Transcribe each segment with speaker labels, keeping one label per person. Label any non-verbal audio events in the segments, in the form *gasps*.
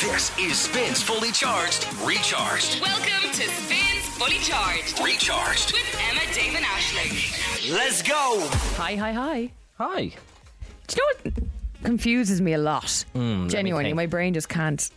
Speaker 1: This is Spins Fully Charged, Recharged,
Speaker 2: Welcome to Spins Fully Charged
Speaker 1: Recharged.
Speaker 2: with Emma Damon Ashley.
Speaker 1: Let's go!
Speaker 3: Hi, hi, hi.
Speaker 4: Hi.
Speaker 3: Do you know what confuses me a lot? Genuinely,
Speaker 4: Mm, think.
Speaker 3: my brain just can't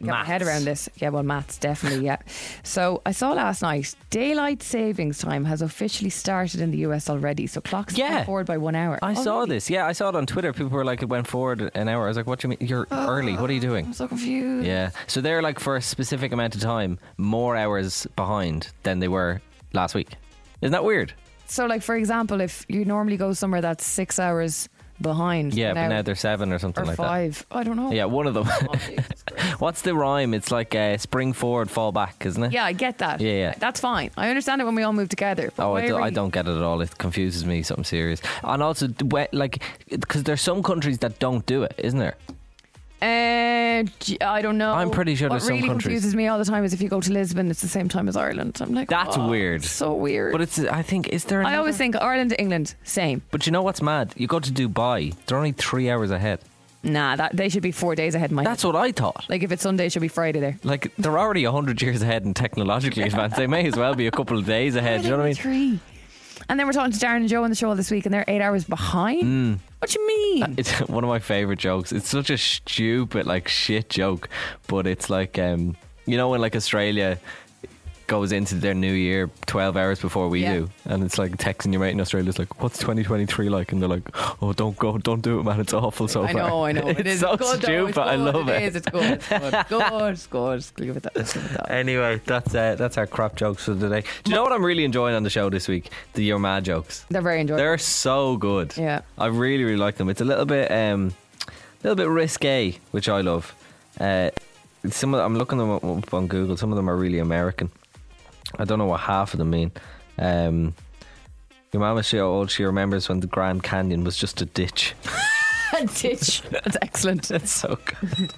Speaker 3: get my head
Speaker 4: Maths.
Speaker 3: around this. Yeah, well, maths, definitely, yeah. So I saw last night, daylight savings time has officially started in the US already. So clocks
Speaker 4: Yeah.
Speaker 3: went forward by one hour. Oh,
Speaker 4: I saw
Speaker 3: Already?
Speaker 4: this. Yeah, I saw it on Twitter. People were like, it went forward an hour. I was like, what do you mean? You're early. What are you doing?
Speaker 3: Oh, I'm so confused.
Speaker 4: Yeah. So they're like, for a specific amount of time, more hours behind than they were last week. Isn't that weird?
Speaker 3: So, like, for example, if you normally go somewhere that's six hours behind,
Speaker 4: Yeah,
Speaker 3: now,
Speaker 4: but now they're seven or something
Speaker 3: or
Speaker 4: like
Speaker 3: five. Oh, I don't know.
Speaker 4: that. Yeah, one of them. *laughs* What's the rhyme? It's like uh, spring forward, fall back, isn't it?
Speaker 3: Yeah, I get that.
Speaker 4: Yeah, yeah.
Speaker 3: That's fine. I understand it when we all move together. But
Speaker 4: Oh, I,
Speaker 3: why
Speaker 4: do,
Speaker 3: are
Speaker 4: I
Speaker 3: we-
Speaker 4: don't get it at all. It confuses me. Something serious. And also, d- we- like, because there's some countries that don't do it, isn't there?
Speaker 3: Uh, gee, I don't know.
Speaker 4: I'm pretty sure
Speaker 3: what
Speaker 4: there's some
Speaker 3: really
Speaker 4: countries-
Speaker 3: confuses me all the time is if you go to Lisbon, it's the same time as Ireland. I'm like,
Speaker 4: That's
Speaker 3: "Oh,
Speaker 4: weird."
Speaker 3: So weird.
Speaker 4: But it's. I think is there.
Speaker 3: I
Speaker 4: another-
Speaker 3: always think Ireland to England, same.
Speaker 4: But you know what's mad? You go to Dubai. They're only three hours ahead.
Speaker 3: Nah, that they should be four days ahead. In my head.
Speaker 4: That's what I thought.
Speaker 3: like if it's Sunday, it should be Friday there.
Speaker 4: Like they're already hundred years ahead
Speaker 3: *laughs*
Speaker 4: and technologically advanced. They may as well be a couple of days ahead. Do you know what I mean?
Speaker 3: Three. And then we're talking to Darren and Joe on the show this week, and they're eight hours behind.
Speaker 4: Mm.
Speaker 3: What do you mean?
Speaker 4: It's *laughs* one of my favorite jokes. It's such a stupid, like shit joke, but it's like um, you know when like Australia goes into their new year 12 hours before we
Speaker 3: Yeah.
Speaker 4: do and it's like texting your mate in Australia it's like what's 2023 like and they're like oh don't go don't do it man it's awful so
Speaker 3: I
Speaker 4: far
Speaker 3: know, I
Speaker 4: *laughs*
Speaker 3: know.
Speaker 4: it's
Speaker 3: it is
Speaker 4: so
Speaker 3: It's good, though.
Speaker 4: stupid
Speaker 3: It's
Speaker 4: I
Speaker 3: good.
Speaker 4: love
Speaker 3: It
Speaker 4: it
Speaker 3: is. It's good. It's
Speaker 4: *laughs*
Speaker 3: good. good. It's good. Just leave it that. Just leave it that.
Speaker 4: Anyway, that's uh, that's our crap jokes for today. Do you know what I'm really enjoying on the show this week? The Your Mad jokes.
Speaker 3: They're very enjoyable.
Speaker 4: They're so good.
Speaker 3: Yeah.
Speaker 4: I really really like them. It's a little bit um, a little bit risque, which I love. Uh, some of I'm looking them up- up on Google. Some of them are really American. I don't know what half of them mean. Um, your mama, she old. She remembers when the Grand Canyon was just a ditch. *laughs*
Speaker 3: *laughs* ditch. That's excellent.
Speaker 4: That's so good.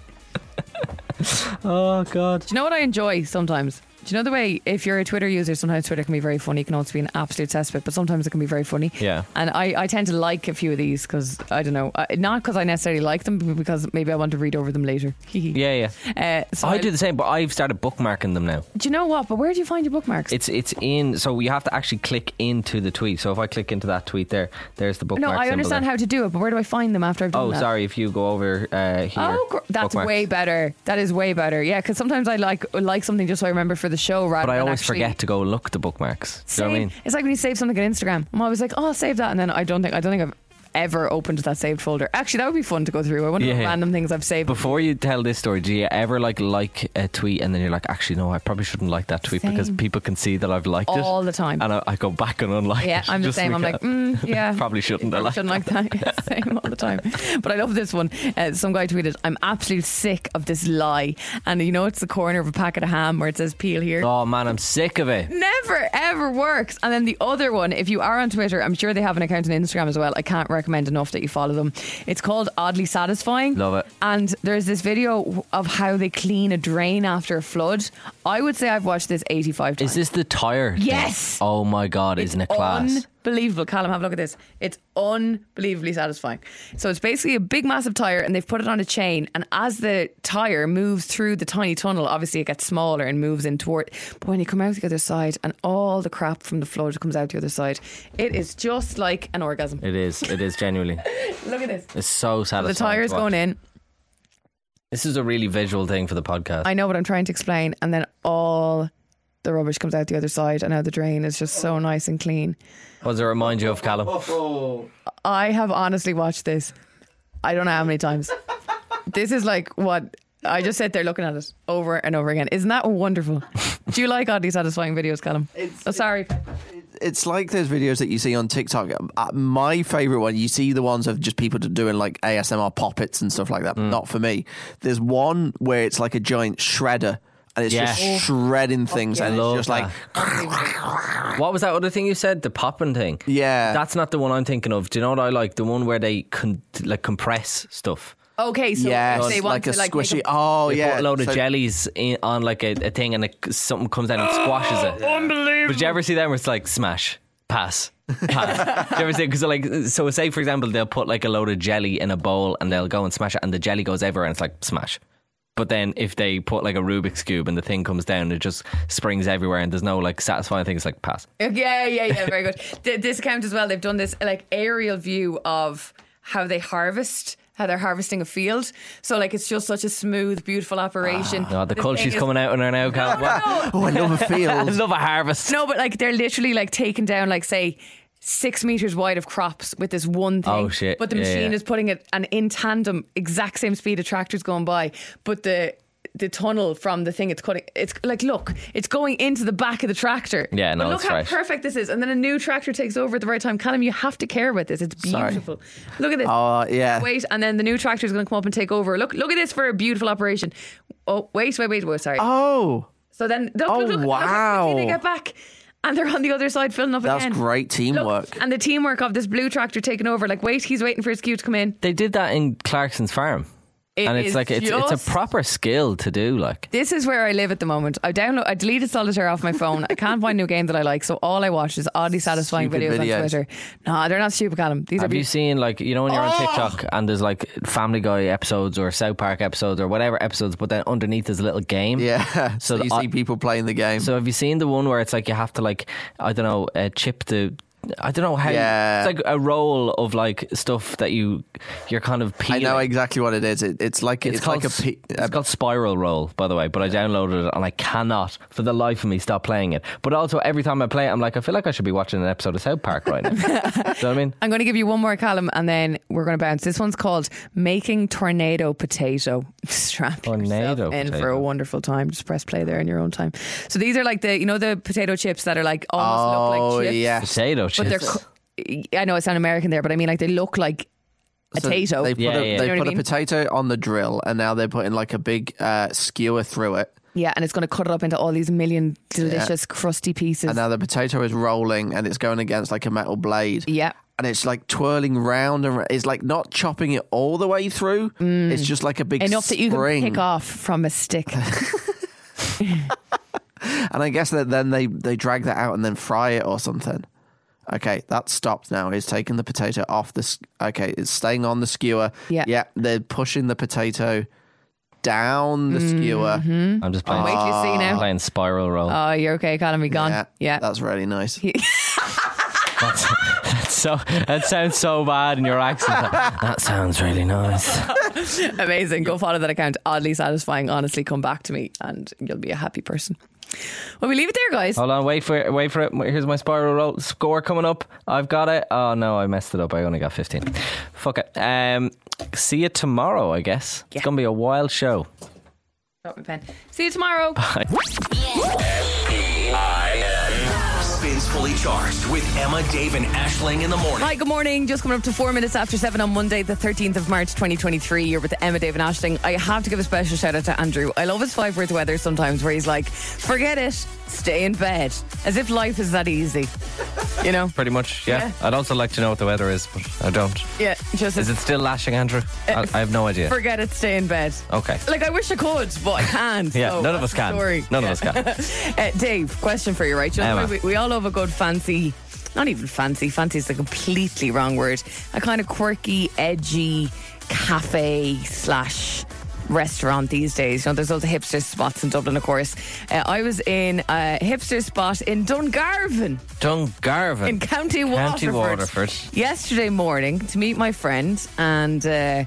Speaker 4: oh
Speaker 3: Do
Speaker 4: God.
Speaker 3: you know what I enjoy sometimes? Do you know the way if you're a Twitter user, sometimes Twitter can be very funny. It can also be an absolute cesspit, but sometimes it can be very funny.
Speaker 4: Yeah.
Speaker 3: And I, I tend to like a few of these because I don't know, I, not because I necessarily like them, but because maybe I want to read over them later. *laughs*
Speaker 4: Yeah, yeah.
Speaker 3: Uh, so
Speaker 4: I do the same, but I've started bookmarking them now.
Speaker 3: Do you know what? But where do you find your bookmarks?
Speaker 4: It's it's in. So you have to actually click into the tweet. So if I click into that tweet, there, there's the
Speaker 3: no,
Speaker 4: bookmark.
Speaker 3: I
Speaker 4: symbol
Speaker 3: understand
Speaker 4: there.
Speaker 3: how to do it, but where do I find them after I've done
Speaker 4: Oh,
Speaker 3: that?
Speaker 4: sorry. If you go over uh, here,
Speaker 3: Oh, gr- that's
Speaker 4: bookmarks.
Speaker 3: way better. That is way better. Yeah, because sometimes I like like something just so I remember for the show. Rather,
Speaker 4: But I
Speaker 3: than
Speaker 4: always
Speaker 3: actually-
Speaker 4: forget to go look the bookmarks. Do you know
Speaker 3: Save-
Speaker 4: what I mean?
Speaker 3: It's like when you save something on Instagram. I'm always like, oh, I'll save that, and then I don't think I don't think I've ever opened that saved folder. Actually, that would be fun to go through. I wonder what
Speaker 4: Yeah.
Speaker 3: random things I've saved.
Speaker 4: Before you tell this story, do you ever like like a tweet and then you're like, actually, no, I probably shouldn't like that tweet because
Speaker 3: Same.
Speaker 4: people can see that I've liked it
Speaker 3: All the time.
Speaker 4: and I, I go back and unlike
Speaker 3: yeah,
Speaker 4: it.
Speaker 3: I'm the
Speaker 4: just
Speaker 3: same. I'm like,
Speaker 4: because-
Speaker 3: mm,
Speaker 4: *laughs*
Speaker 3: yeah.
Speaker 4: probably shouldn't. I
Speaker 3: Probably
Speaker 4: like
Speaker 3: shouldn't like that. *laughs* Yeah, same all the time. But I love this one. Uh, some guy tweeted, "I'm absolutely sick of this lie," and you know it's the corner of a packet of ham where it says "peel here."
Speaker 4: Oh man, I'm sick of
Speaker 3: *laughs*
Speaker 4: it.
Speaker 3: never ever works. And then the other one, if you are on Twitter, I'm sure they have an account on Instagram as well. I can't recommend enough that you follow them. It's called Oddly Satisfying.
Speaker 4: Love it.
Speaker 3: And there's this video of how they clean a drain after a flood. I would say I've watched this 85 times.
Speaker 4: Is this the tire? thing?
Speaker 3: Yes.
Speaker 4: Oh my god,
Speaker 3: It's
Speaker 4: isn't it class?
Speaker 3: Unbelievable. Callum, have a look at this. It's unbelievably satisfying. So it's basically a big, massive tire, and they've put it on a chain. And as the tire moves through the tiny tunnel, obviously it gets smaller and moves in toward. But when you come out the other side, and all the crap from the flood comes out the other side, it is just like an orgasm.
Speaker 4: It is. It is genuinely.
Speaker 3: Look at this.
Speaker 4: It's so
Speaker 3: The
Speaker 4: satisfying.
Speaker 3: tire's
Speaker 4: to watch.
Speaker 3: going in.
Speaker 4: This is a really visual thing for the podcast.
Speaker 3: I know what I'm trying to explain, and then all the rubbish comes out the other side, and now the drain is just so nice and clean.
Speaker 4: What does it remind you of, Callum?
Speaker 3: I have honestly watched this. I don't know how many times. this is like what I just sit there looking at it over and over again. Isn't that wonderful? Do you like oddly satisfying videos, Callum? oh, sorry.
Speaker 5: it's like those videos that you see on TikTok. Uh, My favorite one, you see the ones of just people doing like ASMR poppets and stuff like that. Not for me. There's one where it's like a giant shredder and it's
Speaker 4: Yeah.
Speaker 3: Oh,
Speaker 5: just shredding things and
Speaker 4: Love
Speaker 5: it's just like,
Speaker 4: What was that other thing you said? The popping thing.
Speaker 5: yeah.
Speaker 4: That's not the one I'm thinking of. Do you know what I like? The one where they con- like compress stuff.
Speaker 3: Okay, so
Speaker 5: yeah,
Speaker 3: they
Speaker 5: it's
Speaker 3: want
Speaker 5: like a
Speaker 3: to like make
Speaker 5: squishy.
Speaker 3: a-
Speaker 5: oh,
Speaker 4: They
Speaker 5: yeah.
Speaker 4: put a load
Speaker 5: So-
Speaker 4: of jellies in, on like a, a thing, and it, something
Speaker 3: *gasps*
Speaker 4: comes out and squashes it. Unbelievable! But did you ever see them? Where it's like smash, pass,
Speaker 5: *laughs*
Speaker 4: pass. Did you ever see? Because like, so say for example, they'll put like a load of jelly in a bowl, and they'll go and smash it, and the jelly goes everywhere, and it's like smash, But then if they put like a Rubik's cube and the thing comes down, it just springs everywhere and there's no like satisfying thing. It's like pass.
Speaker 3: *laughs* Yeah, yeah, yeah. Very good. Th- this account as well. They've done this like aerial view of how they harvest. How they're harvesting a field, so like it's just such a smooth, beautiful operation.
Speaker 5: Ah.
Speaker 4: No, the,
Speaker 3: thing
Speaker 4: culture's
Speaker 3: is-
Speaker 4: coming out in her now, Cal. What?
Speaker 5: *laughs* Oh, I love a
Speaker 4: I
Speaker 5: field.
Speaker 4: love a harvest.
Speaker 3: No, but like they're literally like taking down like say six meters wide of crops with this one thing.
Speaker 4: Oh, shit.
Speaker 3: But the
Speaker 4: Yeah,
Speaker 3: machine
Speaker 4: yeah.
Speaker 3: is putting it and in tandem, exact same speed a tractor's going by. But the the tunnel from the thing it's cutting it's like look, it's going into the back of the tractor.
Speaker 4: Yeah, no,
Speaker 3: But look
Speaker 4: that's
Speaker 3: how
Speaker 4: right.
Speaker 3: perfect this is. And then a new tractor takes over at the right time. Callum, you have to care about this. It's
Speaker 5: Sorry.
Speaker 3: beautiful. Look at this.
Speaker 5: Oh, yeah.
Speaker 3: Wait, and then the new tractor is going to come up and take over. Look, look at this for a beautiful operation. Oh, wait, wait, wait, wait. Sorry.
Speaker 5: *laughs* Oh,
Speaker 3: So then, look,
Speaker 5: Oh,
Speaker 3: look, look, look how quickly they
Speaker 5: wow.
Speaker 3: get back, and they're on the other side filling up
Speaker 5: that's
Speaker 3: again.
Speaker 5: great teamwork.
Speaker 3: Look, and the teamwork of this blue tractor taking over. Like, wait, he's waiting for his cue to come in.
Speaker 4: They did that in Clarkson's farm.
Speaker 3: It
Speaker 4: and
Speaker 3: is
Speaker 4: it's like it's, it's
Speaker 3: just-
Speaker 4: a proper skill to do like
Speaker 3: This is where I live at the moment. I download, I deleted Solitaire off my phone. I can't find new game that I like, so all I watch is oddly satisfying
Speaker 5: Stupid
Speaker 3: videos,
Speaker 5: videos.
Speaker 3: on Twitter. Nah, they're not stupid, Callum. These are
Speaker 4: have you
Speaker 3: beautiful.
Speaker 4: seen like you know when you're on TikTok
Speaker 5: Oh.
Speaker 4: and there's like Family Guy episodes or South Park episodes or whatever episodes but then underneath is a little game
Speaker 5: Yeah. So,
Speaker 4: the-
Speaker 5: you
Speaker 4: I-
Speaker 5: see people playing the game.
Speaker 4: So have you seen the one where it's like you have to like I don't know uh, chip the I don't know how
Speaker 5: Yeah.
Speaker 4: it's like a roll of like stuff that you you're kind of
Speaker 5: I
Speaker 4: peeling.
Speaker 5: know exactly what it is. It, it's like it's,
Speaker 4: It's,
Speaker 5: like
Speaker 4: called,
Speaker 5: a, pe-
Speaker 4: it's
Speaker 5: a-
Speaker 4: called Spiral Roll, by the way. But I downloaded it and I cannot, for the life of me, stop playing it. But also, every time I play it, I'm like, I feel like I should be watching an episode of South Park
Speaker 5: *laughs*
Speaker 4: right now. Do you know what I mean?
Speaker 3: I'm going to give you one more column and then we're going to bounce. This one's called Making Tornado Potato. *laughs* Strap
Speaker 4: Tornado
Speaker 3: yourself in
Speaker 4: potato.
Speaker 3: for a wonderful time. Just press play there in your own time. So these are like the, you know, the potato chips that are like almost look
Speaker 5: oh
Speaker 3: like chips.
Speaker 5: yes,
Speaker 4: Potato
Speaker 3: But
Speaker 4: chips.
Speaker 3: they're, co- I know it's not American there, but I mean like they look like a
Speaker 5: So
Speaker 3: potato.
Speaker 5: They put
Speaker 4: Yeah,
Speaker 5: a,
Speaker 4: yeah.
Speaker 5: They
Speaker 3: You know what
Speaker 5: put
Speaker 3: I
Speaker 5: a
Speaker 3: mean?
Speaker 5: potato on the drill, and now they're putting like a big uh, skewer through it.
Speaker 3: yeah, and it's going to cut it up into all these million delicious crusty pieces.
Speaker 5: And now the potato is rolling, and it's going against like a metal blade.
Speaker 3: yeah.
Speaker 5: And it's like twirling round and ra- it's like not chopping it all the way through. It's just like a big
Speaker 3: Mm. Enough that you
Speaker 5: spring.
Speaker 3: can pick off from a
Speaker 5: *laughs*
Speaker 3: stick.
Speaker 5: And I guess that then they they drag that out and then fry it or something. Okay, that's stopped now. It's taking the potato off the. s- Okay, it's staying on the skewer.
Speaker 3: Yeah.
Speaker 5: yeah. They're pushing the potato down the skewer.
Speaker 3: Mm-hmm.
Speaker 4: I'm just playing,
Speaker 3: Wait till you see now.
Speaker 4: playing Spiral Roll.
Speaker 3: Oh, you're okay, Colin. We gone.
Speaker 5: Yeah,
Speaker 3: yeah.
Speaker 5: that's really nice.
Speaker 4: That's, *laughs* that's so, that sounds so bad in
Speaker 3: *laughs*
Speaker 4: your accent. that sounds really nice.
Speaker 3: Amazing. Go follow that account. Oddly satisfying. Honestly, come back to me and you'll be a happy person. Well, we leave it there, guys.
Speaker 4: Hold on, wait for it. Wait for it. Here's my spiral roll score coming up. I've got it. Oh no, I messed it up. I only got 15. Fuck it. Um, see you tomorrow, I guess.
Speaker 3: Yeah.
Speaker 4: It's gonna be a wild show.
Speaker 3: Drop my pen. See you
Speaker 4: *laughs*
Speaker 3: tomorrow.
Speaker 1: Spins fully charged with Emma, Dave, and Ashling in the morning.
Speaker 3: Hi, good morning. Just coming up to four minutes after seven on Monday, the 13th of March, 2023. You're with Emma, Dave, and Ashling. I have to give a special shout out to Andrew. I love his five worth weather sometimes where he's like, forget it, stay in bed. As if life is that easy. You
Speaker 4: *laughs*
Speaker 3: know?
Speaker 4: Pretty much. Yeah.
Speaker 3: Yeah.
Speaker 4: I'd also like to know what the weather is, but I don't.
Speaker 3: Yeah, just
Speaker 4: Is it still lashing, Andrew?
Speaker 3: Uh,
Speaker 4: I, I have no idea.
Speaker 3: forget it, stay in bed.
Speaker 4: Okay.
Speaker 3: Like, I wish I could, but I can't.
Speaker 4: Oh. *laughs* Yeah.
Speaker 3: so
Speaker 4: none of
Speaker 3: what's
Speaker 4: us
Speaker 3: the
Speaker 4: can.
Speaker 3: story?
Speaker 4: None of
Speaker 3: *laughs*
Speaker 4: us can.
Speaker 3: Uh, Dave, question for you, right? You know,
Speaker 4: Emma.
Speaker 3: we, we all love a good fancy, not even fancy, fancy is the completely wrong word. A kind of quirky, edgy cafe slash restaurant these days. You know, there's all the hipster spots in Dublin, of course. Uh, I was in a hipster spot in Dungarvan
Speaker 4: Dungarvan.
Speaker 3: in County Waterford,
Speaker 4: County Waterford.
Speaker 3: yesterday morning to meet my friend, and uh,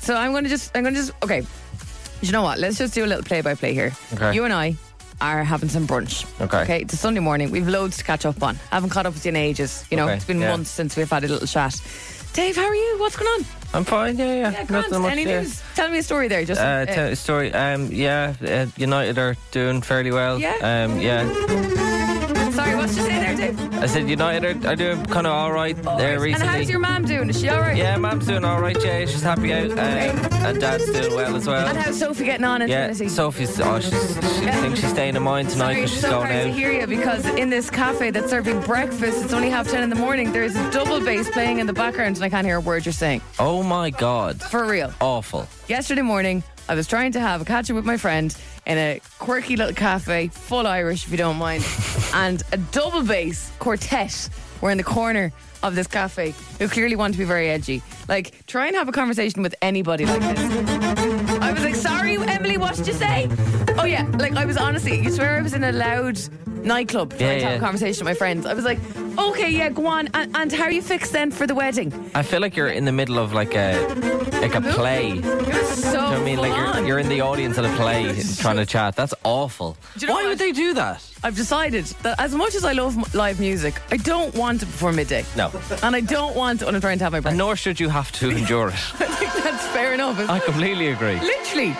Speaker 3: so I'm going to just I'm going to just okay. Do you know what? Let's just do a little play by play here.
Speaker 4: Okay.
Speaker 3: You and I are having some brunch.
Speaker 4: Okay.
Speaker 3: Okay. It's a Sunday morning. We've loads to catch up on. haven't caught up with you in ages. You know,
Speaker 4: Okay,
Speaker 3: it's been
Speaker 4: yeah.
Speaker 3: months since we've had a little chat. Dave, how are you? What's going on?
Speaker 4: I'm fine. Yeah, yeah.
Speaker 3: Yeah,
Speaker 4: Not
Speaker 3: Grant,
Speaker 4: that much,
Speaker 3: any
Speaker 4: yeah.
Speaker 3: news? Tell me a story there, just
Speaker 4: Uh, tell story. Um, yeah, uh, United are doing fairly well.
Speaker 3: Yeah?
Speaker 4: Um, yeah.
Speaker 3: sorry, what's you say there, Dave?
Speaker 4: I said United are, are doing kind of all right there
Speaker 3: and
Speaker 4: recently.
Speaker 3: how's your mom doing? Is she all right?
Speaker 4: yeah, mum's doing all right. Yeah, she's happy out, um, and dad's doing well
Speaker 3: And
Speaker 4: as well.
Speaker 3: how's Sophie getting on in
Speaker 4: Yeah,
Speaker 3: Trinity?
Speaker 4: Sophie's. Oh, she's, she
Speaker 3: Yeah.
Speaker 4: thinks she's staying in mine tonight
Speaker 3: Sorry,
Speaker 4: because she's
Speaker 3: so
Speaker 4: going
Speaker 3: hard to
Speaker 4: out.
Speaker 3: hear you because in this cafe that's serving breakfast, it's only half ten in the morning. There is a double bass playing in the background, and I can't hear a word you're saying.
Speaker 4: Oh my god,
Speaker 3: For real.
Speaker 4: awful.
Speaker 3: Yesterday morning, I was trying to have a catch up with my friend in a quirky little cafe, full Irish, if you don't
Speaker 4: *laughs*
Speaker 3: mind, and a double bass quartet were in the corner of this cafe who clearly want to be very edgy. Like, try and have a conversation with anybody like this. I was like, Sorry, Emily, what did you say? Oh, yeah. Like, I was honestly, you swear I was in a loud nightclub trying to
Speaker 4: Yeah,
Speaker 3: have a
Speaker 4: yeah.
Speaker 3: conversation with my friends. I was like, okay, yeah, go on. And, and how are you fixed then for the wedding?
Speaker 4: I feel like you're in the middle of like a like a play.
Speaker 3: It
Speaker 4: Do you know
Speaker 3: was so
Speaker 4: what I mean? Like
Speaker 3: full
Speaker 4: you're,
Speaker 3: on.
Speaker 4: you're in the audience at a play trying to chat. That's awful.
Speaker 3: Do you know
Speaker 4: Why
Speaker 3: what?
Speaker 4: would they do that?
Speaker 3: I've decided that as much as I love m- live music, I don't want it before midday.
Speaker 4: No.
Speaker 3: And I don't want it when I'm trying to have my breakfast. *laughs*
Speaker 4: Nor should you have to endure it.
Speaker 3: I think that's fair enough. It's
Speaker 4: I completely agree.
Speaker 3: Literally.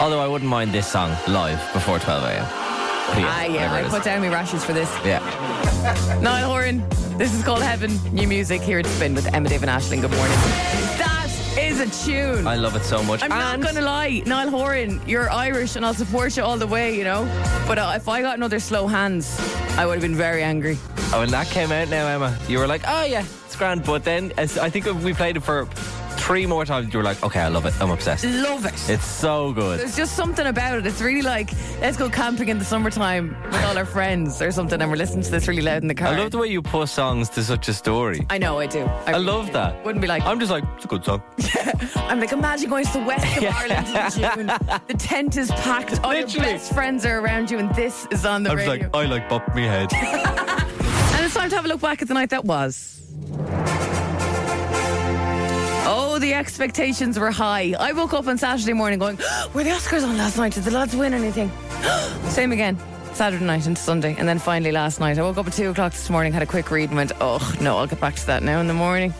Speaker 4: Although I wouldn't mind this song live before 12 a.m. PM,
Speaker 3: Ah, yeah,
Speaker 4: whatever it
Speaker 3: I
Speaker 4: is.
Speaker 3: put down my rashes for this.
Speaker 4: Yeah.
Speaker 3: Niall Horan, this is called Heaven. New music here at Spin with Emma David Ashling. Good morning. That is a tune.
Speaker 4: I love it so much.
Speaker 3: I'm not
Speaker 4: And-
Speaker 3: going to lie, Niall Horan, you're Irish and I'll support you all the way, you know. But uh, if I got another slow hands, I would have been very angry.
Speaker 4: Oh, when that came out now, Emma, you were like, oh yeah, it's grand. But then as I think we played it for three more times. You were like, okay, I love it. I'm obsessed.
Speaker 3: Love it.
Speaker 4: It's so good.
Speaker 3: There's just something about it. It's really like, let's go camping in the summertime with all our friends or something, and we're listening to this really loud in the car.
Speaker 4: I love the way you put songs to such a story.
Speaker 3: I know, I do.
Speaker 4: I
Speaker 3: really
Speaker 4: love
Speaker 3: do.
Speaker 4: that.
Speaker 3: Wouldn't be like,
Speaker 4: I'm
Speaker 3: I'm,
Speaker 4: just like, it's a good song.
Speaker 3: like, imagine going to the west
Speaker 4: *laughs*
Speaker 3: of Ireland in June. The tent is packed. All your
Speaker 4: Literally.
Speaker 3: best friends are around you, and this is on the
Speaker 4: I'm just
Speaker 3: radio.
Speaker 4: like, I like bop me head.
Speaker 3: And it's time to have a look back at the night that was. Oh, the expectations were high. I woke up on Saturday morning going, *gasps* Were the Oscars on last night? Did the lads win anything? *gasps* Same again. Saturday night into Sunday. And then finally last night. I woke up at two o'clock this morning, had a quick read and went, Oh no, I'll get back to that now in the morning.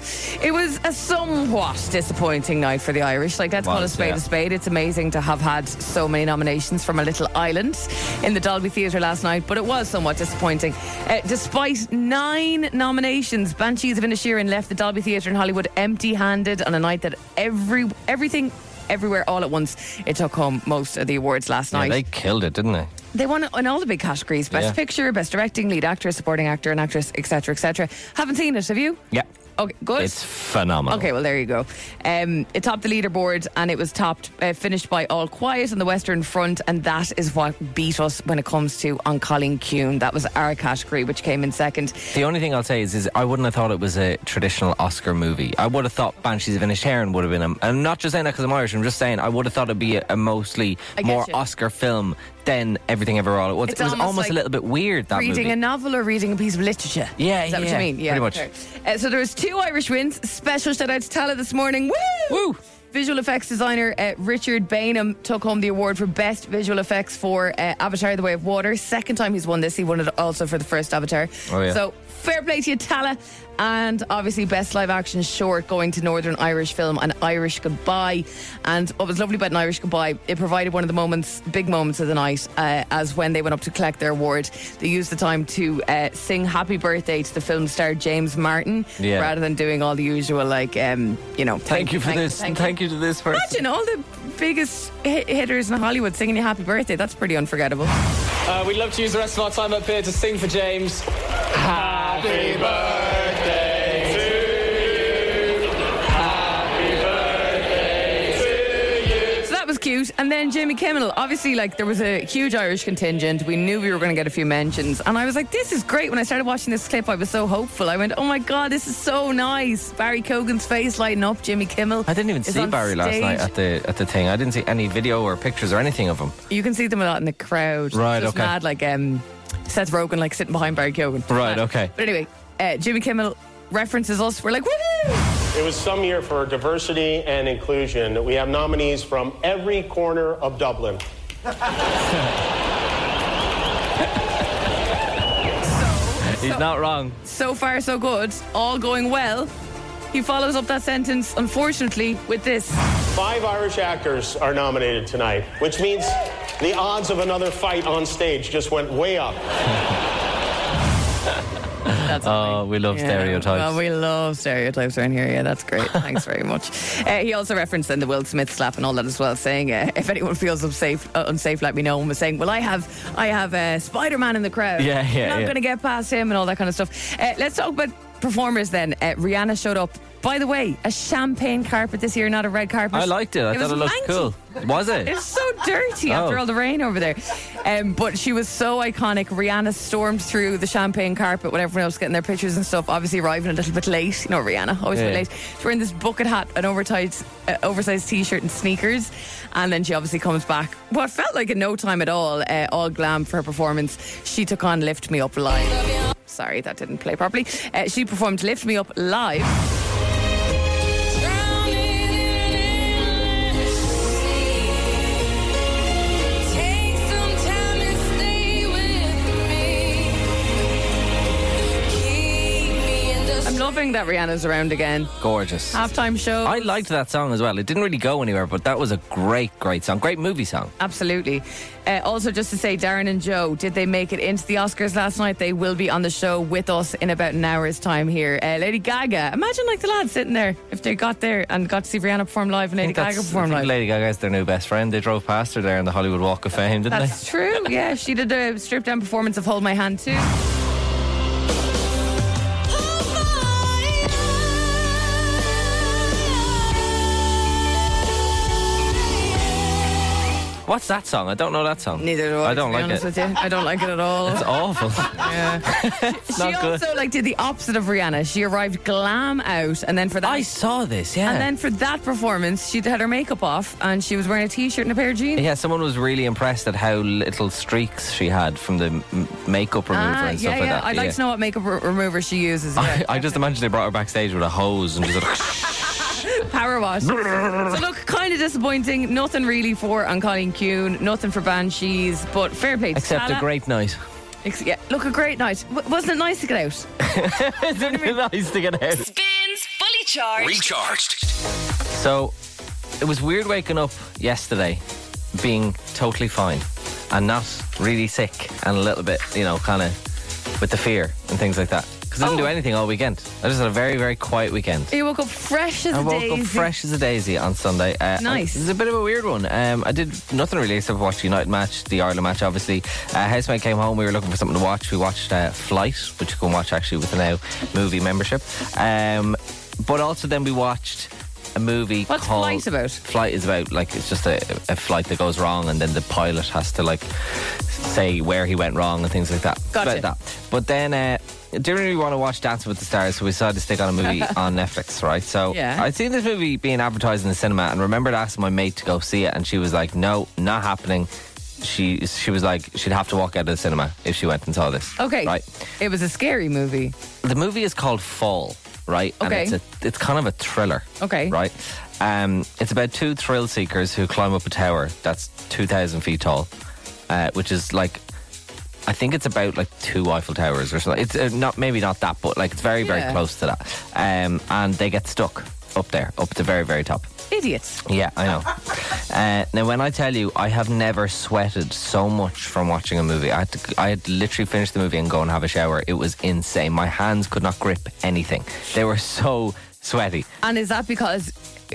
Speaker 3: It was a somewhat disappointing night for the Irish. Like let's call a
Speaker 4: Was,
Speaker 3: spade
Speaker 4: yeah.
Speaker 3: a spade. It's amazing to have had so many nominations from a little island in the Dolby Theatre last night, but it was somewhat disappointing. Uh, despite nine nominations, Banshees of Inisherin left the Dolby Theatre in Hollywood empty-handed on a night that every everything. Everywhere, all at once, it took home most of the awards last
Speaker 4: Yeah,
Speaker 3: night.
Speaker 4: they killed it, didn't they?
Speaker 3: They won in all the big categories: best
Speaker 4: Yeah.
Speaker 3: picture, best directing, lead actor, supporting actor, and actress, etc., etc. Haven't seen it, have you?
Speaker 4: Yeah.
Speaker 3: Okay, good.
Speaker 4: It's phenomenal.
Speaker 3: Okay, well there you go. Um, it topped the leaderboard, and it was topped, uh, finished by All Quiet on the Western Front, and that is what beat us when it comes to on Colleen Kuhn. That was our category, which came in second.
Speaker 4: The only thing I'll say is, is I wouldn't have thought it was a traditional Oscar movie. I would have thought Banshees of Inisherin would have been. A, I'm not just saying that because I'm Irish. I'm just saying I would have thought it'd be a, a mostly
Speaker 3: I get
Speaker 4: more
Speaker 3: you.
Speaker 4: Oscar film than Everything Ever All at Once.
Speaker 3: It's
Speaker 4: it was
Speaker 3: almost
Speaker 4: almost
Speaker 3: like
Speaker 4: a little bit weird that
Speaker 3: reading
Speaker 4: movie.
Speaker 3: a novel or reading a piece of literature.
Speaker 4: Yeah,
Speaker 3: is that
Speaker 4: yeah,
Speaker 3: what you mean? Yeah,
Speaker 4: pretty much.
Speaker 3: okay. Uh, so there was two Irish wins. Special shout out to Tala this morning. Woo!
Speaker 4: Woo!
Speaker 3: Visual effects designer uh, Richard Bainham took home the award for best visual effects for uh, Avatar: The Way of Water. Second time he's won this. He won it also for the first Avatar.
Speaker 4: Oh, yeah.
Speaker 3: So fair play to you, Tala. And obviously, best live action short going to Northern Irish Film and Irish Goodbye. And what was lovely about an Irish Goodbye, it provided one of the moments, big moments of the night, uh, as when they went up to collect their award, they used the time to uh, sing Happy Birthday to the film star James Martin
Speaker 4: Yeah.
Speaker 3: rather than doing all the usual, like, um, you know,
Speaker 4: Thank you for this. Thank, you to this person.
Speaker 3: Imagine all the biggest hit- hitters in Hollywood singing you happy birthday. That's pretty unforgettable.
Speaker 6: Uh, we'd love to use the rest of our time up here to sing for James. Happy birthday to
Speaker 3: So that was cute. And then Jamie Kimmel, obviously, like there was a huge Irish contingent. We knew we were going to get a few mentions, and I was like, "This is great." When I started watching this clip, I was so hopeful. I went, "Oh my god, this is so nice!" Barry Cogan's face lighting up. Jimmy Kimmel.
Speaker 4: I didn't even
Speaker 3: is
Speaker 4: see
Speaker 3: on
Speaker 4: Barry last
Speaker 3: stage.
Speaker 4: night at the at the thing. I didn't see any video or pictures or anything of him.
Speaker 3: You can see them a lot in the crowd.
Speaker 4: Right,
Speaker 3: It's just
Speaker 4: okay.
Speaker 3: Mad, like um, Seth Rogen, like sitting behind Barry Cogan.
Speaker 4: Right,
Speaker 3: Mad.
Speaker 4: okay.
Speaker 3: But anyway, uh, Jimmy Kimmel references us. We're like, "Woohoo!"
Speaker 7: It was some year for diversity and inclusion. We have nominees from every corner of Dublin.
Speaker 4: He's not wrong.
Speaker 3: So far, so good. All going well. He follows up that sentence, unfortunately, with this.
Speaker 7: Five Irish actors are nominated tonight, which means the odds of another fight on stage just went way up.
Speaker 4: Oh, we love
Speaker 3: Yeah.
Speaker 4: stereotypes.
Speaker 3: Well, we love stereotypes around here. Yeah, that's great. Thanks very
Speaker 4: *laughs*
Speaker 3: much. Uh, he also referenced then the Will Smith slap and all that as well, saying uh, if anyone feels unsafe, uh, unsafe, let me know. And was saying, well, I have, I have uh, Spider Man in the crowd.
Speaker 4: Yeah, yeah,
Speaker 3: I'm not
Speaker 4: yeah.
Speaker 3: going to get past him and all that kind of stuff. Uh, let's talk about performers then. Uh, Rihanna showed up By the way, a champagne carpet this year, not a red carpet.
Speaker 4: I liked it. I thought
Speaker 3: was
Speaker 4: it looked
Speaker 3: manky.
Speaker 4: cool. Was it?
Speaker 3: It's so dirty
Speaker 4: Oh.
Speaker 3: after all the rain over there. Um, but she was so iconic. Rihanna stormed through the champagne carpet when everyone else was getting their pictures and stuff, obviously arriving a little bit late. You know, Rihanna, always a bit
Speaker 4: Yeah.
Speaker 3: late. She's wearing this bucket hat, an oversized, uh, oversized t shirt, and sneakers. And then she obviously comes back, what felt like in no time at all, uh, all glam for her performance. She took on Lift Me Up Live. Sorry, that didn't play properly. Uh, she performed Lift Me Up Live. I'm loving that Rihanna's around again.
Speaker 4: Gorgeous.
Speaker 3: Halftime show.
Speaker 4: I liked that song as well. It didn't really go anywhere, but that was a great, great song. Great movie song.
Speaker 3: Absolutely. Uh, also, just to say, Darren and Joe, did they make it into the Oscars last night? They will be on the show with us in about an hour's time here. Uh, Lady Gaga, imagine like the lads sitting there if they got there and got to see Rihanna perform live and
Speaker 4: I
Speaker 3: Lady
Speaker 4: think
Speaker 3: Gaga
Speaker 4: that's- I
Speaker 3: perform
Speaker 4: think
Speaker 3: live.
Speaker 4: Lady Gaga's their new best friend. They drove past her there in the Hollywood Walk of Fame, didn't
Speaker 3: That's
Speaker 4: *laughs*
Speaker 3: true. Yeah, she did a strip down performance of Hold My Hand too.
Speaker 4: they? What's that song? I don't know that song.
Speaker 3: Neither do I.
Speaker 4: I don't
Speaker 3: to be
Speaker 4: like
Speaker 3: honest
Speaker 4: it.
Speaker 3: With you. I don't like it at
Speaker 4: *laughs*
Speaker 3: all. *laughs*
Speaker 4: It's awful. *laughs*
Speaker 3: she
Speaker 4: not good.
Speaker 3: also like did the opposite of Rihanna. She arrived glam out, and then for that
Speaker 4: I saw this, yeah.
Speaker 3: and then for that performance, she had her makeup off and she was wearing a t-shirt and a pair of jeans.
Speaker 4: yeah, someone was really impressed at how little streaks she had from the m- makeup remover
Speaker 3: Ah,
Speaker 4: and
Speaker 3: yeah,
Speaker 4: stuff
Speaker 3: yeah.
Speaker 4: like that.
Speaker 3: I'd
Speaker 4: yeah.
Speaker 3: like
Speaker 4: *laughs*
Speaker 3: to know what makeup re- remover she uses.
Speaker 4: I, *laughs*
Speaker 3: Yeah.
Speaker 4: I just imagine they brought her backstage with a hose and just like,
Speaker 3: Power wash. so look, kind of disappointing. Nothing really for on Colleen Kuhn. Nothing for Banshees. But fair play. to
Speaker 4: except a
Speaker 3: Tala.
Speaker 4: great night. *laughs*
Speaker 3: Ex- yeah, look, a great night. W- wasn't it nice to get out?
Speaker 4: Isn't it nice to get out?
Speaker 2: Spins Fully Charged.
Speaker 1: Recharged.
Speaker 4: So it was weird waking up yesterday being totally fine and not really sick and a little bit, you know, kind of with the fear and things like that. Because I didn't do anything all weekend. I just had a very, very quiet weekend.
Speaker 3: You woke up fresh as
Speaker 4: I
Speaker 3: a
Speaker 4: woke
Speaker 3: daisy.
Speaker 4: up fresh as a daisy on Sunday. Uh, and
Speaker 3: Nice.
Speaker 4: It was a bit of a weird one. Um, I did nothing really except watch the United match, the Ireland match, obviously. Uh, housemate came home. We were looking for something to watch. We watched uh, Flight, which you can watch actually with the now movie membership. Um, but also then we watched a movie
Speaker 3: What's
Speaker 4: called
Speaker 3: Flight about?
Speaker 4: Flight is about like it's just a, a flight that goes wrong, and then the pilot has to like say where he went wrong and things like that. It's
Speaker 3: Gotcha.
Speaker 4: About that. But then. Uh, didn't really want to watch Dancing with the Stars, so we decided to stick on
Speaker 3: *laughs*
Speaker 4: a movie on Netflix, right? So
Speaker 3: Yeah.
Speaker 4: I seen this movie being advertised in the cinema and remembered asking my mate to go see it, and she was like, "No, not happening." She she was like, she'd have to walk out of the cinema if she went and saw this.
Speaker 3: Okay.
Speaker 4: right.
Speaker 3: It was a scary movie.
Speaker 4: The movie is called Fall, right?
Speaker 3: Okay.
Speaker 4: And it's a, it's kind of a thriller.
Speaker 3: Okay.
Speaker 4: right. Um, it's about two thrill seekers who climb up a tower that's two thousand feet tall, uh, which is like. I think it's about like two Eiffel Towers or something. It's uh, not maybe not that, but like it's very very
Speaker 3: Yeah.
Speaker 4: close to that. Um, and they get stuck up there, up at the very very top.
Speaker 3: Idiots.
Speaker 4: Yeah, I know. uh, now, when I tell you, I have never sweated so much from watching a movie. I had, to, I had to literally finish the movie and go and have a shower. It was insane. My hands could not grip anything. They were so sweaty.
Speaker 3: And is that because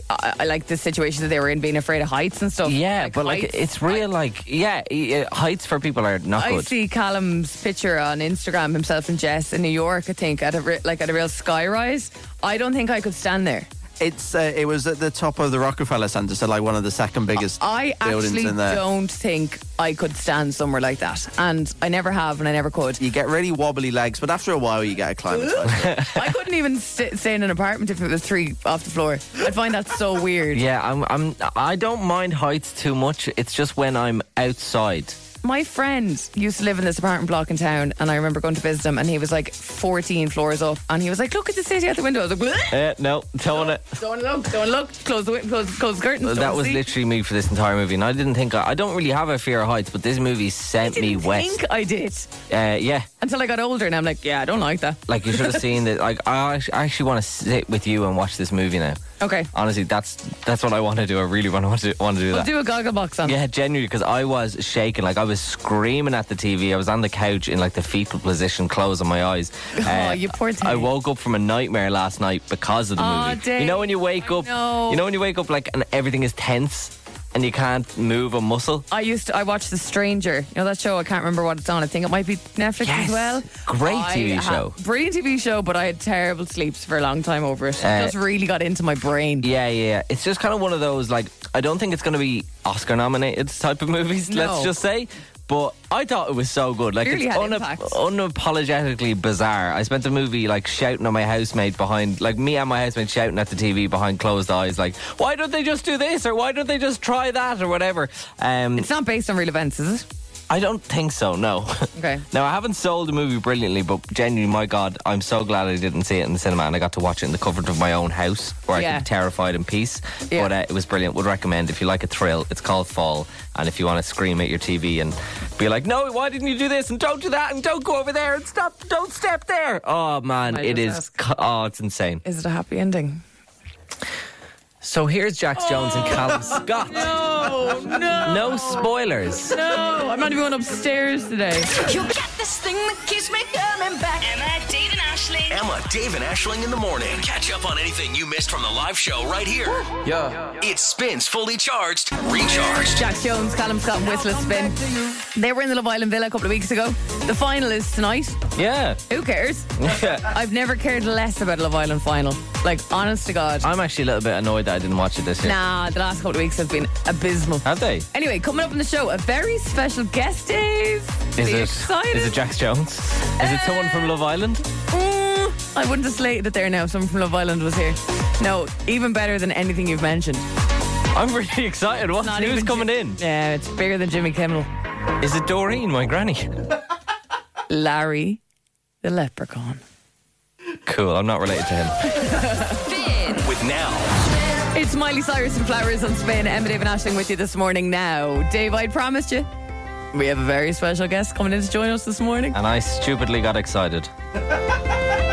Speaker 3: I, I like the situation that they were in, being afraid of heights and stuff?
Speaker 4: Yeah, but like
Speaker 3: heights?
Speaker 4: it's real. Like yeah, y- uh, heights for people are not
Speaker 3: I
Speaker 4: good.
Speaker 3: see Callum's picture on Instagram, himself and Jess in New York. I think at a re- like at a real sky rise. I don't think I could stand there.
Speaker 5: It's uh, it was at the top of the Rockefeller Center, so like one of the second biggest
Speaker 3: I
Speaker 5: buildings
Speaker 3: actually
Speaker 5: in there.
Speaker 3: don't think I could stand somewhere like that, and I never have, and I never
Speaker 4: *laughs*
Speaker 3: could.
Speaker 5: You get really wobbly legs, but after a while you get acclimatized.
Speaker 3: I couldn't even sit, stay in an apartment if it was three off the floor. I'd find that
Speaker 4: *laughs*
Speaker 3: so weird.
Speaker 4: Yeah, I'm. I'm. I don't mind heights too much. It's just when I'm outside.
Speaker 3: My friend used to live in this apartment block in town, and I remember going to visit him, and he was like 14 floors up, and he was like, "Look at the city out the window." I was like,
Speaker 4: *laughs*
Speaker 3: "Bleh,
Speaker 4: Uh, no, don't want it.
Speaker 3: "Don't look, don't look. Close the window, close, close the curtains."
Speaker 4: that
Speaker 3: don't
Speaker 4: was
Speaker 3: see."
Speaker 4: literally me for this entire movie, and I didn't think I, I don't really have a fear of heights, but this movie sent me
Speaker 3: Didn't
Speaker 4: west.
Speaker 3: think I did
Speaker 4: Uh, yeah,
Speaker 3: until I got older, and I'm like, "Yeah, I don't like that."
Speaker 4: like you should have seen that. Like I, act- I actually want to sit with you and watch this movie now.
Speaker 3: Okay,
Speaker 4: Honestly, that's that's what I want to do. I really want to want to want to do
Speaker 3: we'll
Speaker 4: that.
Speaker 3: do a goggle box on. it.
Speaker 4: Yeah, genuinely, because I was shaking. Like, I was screaming at the TV. I was on the couch in, like, the fetal position, closing my eyes.
Speaker 3: *laughs*
Speaker 4: Uh,
Speaker 3: Oh, you poor thing.
Speaker 4: I woke up from a nightmare last night because of the
Speaker 3: Aw,
Speaker 4: movie.
Speaker 3: Dave,
Speaker 4: You know when you wake
Speaker 3: I
Speaker 4: up,
Speaker 3: know.
Speaker 4: you know when you wake up, like, and everything is tense? and you can't move a muscle.
Speaker 3: I used to, I watched The Stranger. You know that show? I can't remember what it's on. I think it might be Netflix
Speaker 4: Yes.
Speaker 3: as well.
Speaker 4: Great
Speaker 3: I
Speaker 4: TV
Speaker 3: had-
Speaker 4: show.
Speaker 3: Brilliant TV show, but I had terrible sleeps for a long time over it.
Speaker 4: Uh,
Speaker 3: it just really got into my brain.
Speaker 4: Yeah, yeah. yeah. It's just kind of one of those like I don't think it's going to be Oscar nominated type of movies. *laughs* Let's
Speaker 3: No.
Speaker 4: just say. But I thought it was so good. Like
Speaker 3: Really
Speaker 4: it's
Speaker 3: had impact.
Speaker 4: unapologetically bizarre. I spent the movie like shouting at my housemate behind, like me and my housemate shouting at the TV behind closed eyes, like why don't they just do this or why don't they just try that or whatever. Um,
Speaker 3: It's not based on real events, is it?
Speaker 4: I don't think so. No.
Speaker 3: Okay.
Speaker 4: *laughs* now I haven't sold the movie brilliantly, but genuinely, my God, I'm so glad I didn't see it in the cinema and I got to watch it in the comfort of my own house, where I
Speaker 3: Yeah.
Speaker 4: could be terrified in peace.
Speaker 3: Yeah.
Speaker 4: But uh, it was brilliant. Would recommend if you like a thrill. It's called Fall, and if you want to scream at your TV and be like, "No, why didn't you do this? And don't do that? And don't go over there? And stop! Don't step there!" Oh man,
Speaker 3: Might
Speaker 4: it
Speaker 3: just
Speaker 4: is.
Speaker 3: ask.
Speaker 4: co- Oh, it's insane.
Speaker 3: Is it a happy ending?
Speaker 4: So here's Jax Jones and Callum Scott.
Speaker 3: Oh no!
Speaker 4: No spoilers.
Speaker 3: No, I'm not even going upstairs today.
Speaker 2: You get this thing that keeps me coming back. Emma, Dave, and Ashley.
Speaker 1: Emma, Dave, and Ashling in the morning. Catch up on anything you missed from the live show right here. Yeah. It spins fully charged, recharged.
Speaker 3: Jack Jones, Callum Scott, and Whistler Spin. They were in the Love Island Villa a couple of weeks ago. The final is tonight.
Speaker 4: Yeah. *laughs*
Speaker 3: Who cares? I've never cared less about Love Island final. Like, honest to God.
Speaker 4: I'm actually a little bit annoyed that I didn't watch it this year.
Speaker 3: Nah, the last couple of weeks have been abysmal.
Speaker 4: Have they?
Speaker 3: Anyway, coming up on the show, a very special guest, Dave. Be excited?
Speaker 4: Is it Jax Jones? Is it someone from Love Island?
Speaker 3: Mm, I wouldn't have slated it there now if someone from Love Island was here. No, even better than anything you've mentioned.
Speaker 4: I'm really *laughs* excited. What's
Speaker 3: Not
Speaker 4: news
Speaker 3: even
Speaker 4: coming
Speaker 3: Ji-
Speaker 4: in?
Speaker 3: Yeah, it's bigger than Jimmy Kimmel.
Speaker 4: Is it Doreen, my granny? *laughs*
Speaker 3: Larry, the leprechaun.
Speaker 4: Cool. I'm not related to him.
Speaker 1: With now,
Speaker 3: It's Miley Cyrus and Flowers on Spin. Emma, Dave, and Ashling with you this morning now. Dave, I promised you. We have a very special guest coming in to join us this morning.
Speaker 4: And I stupidly got excited. Uh,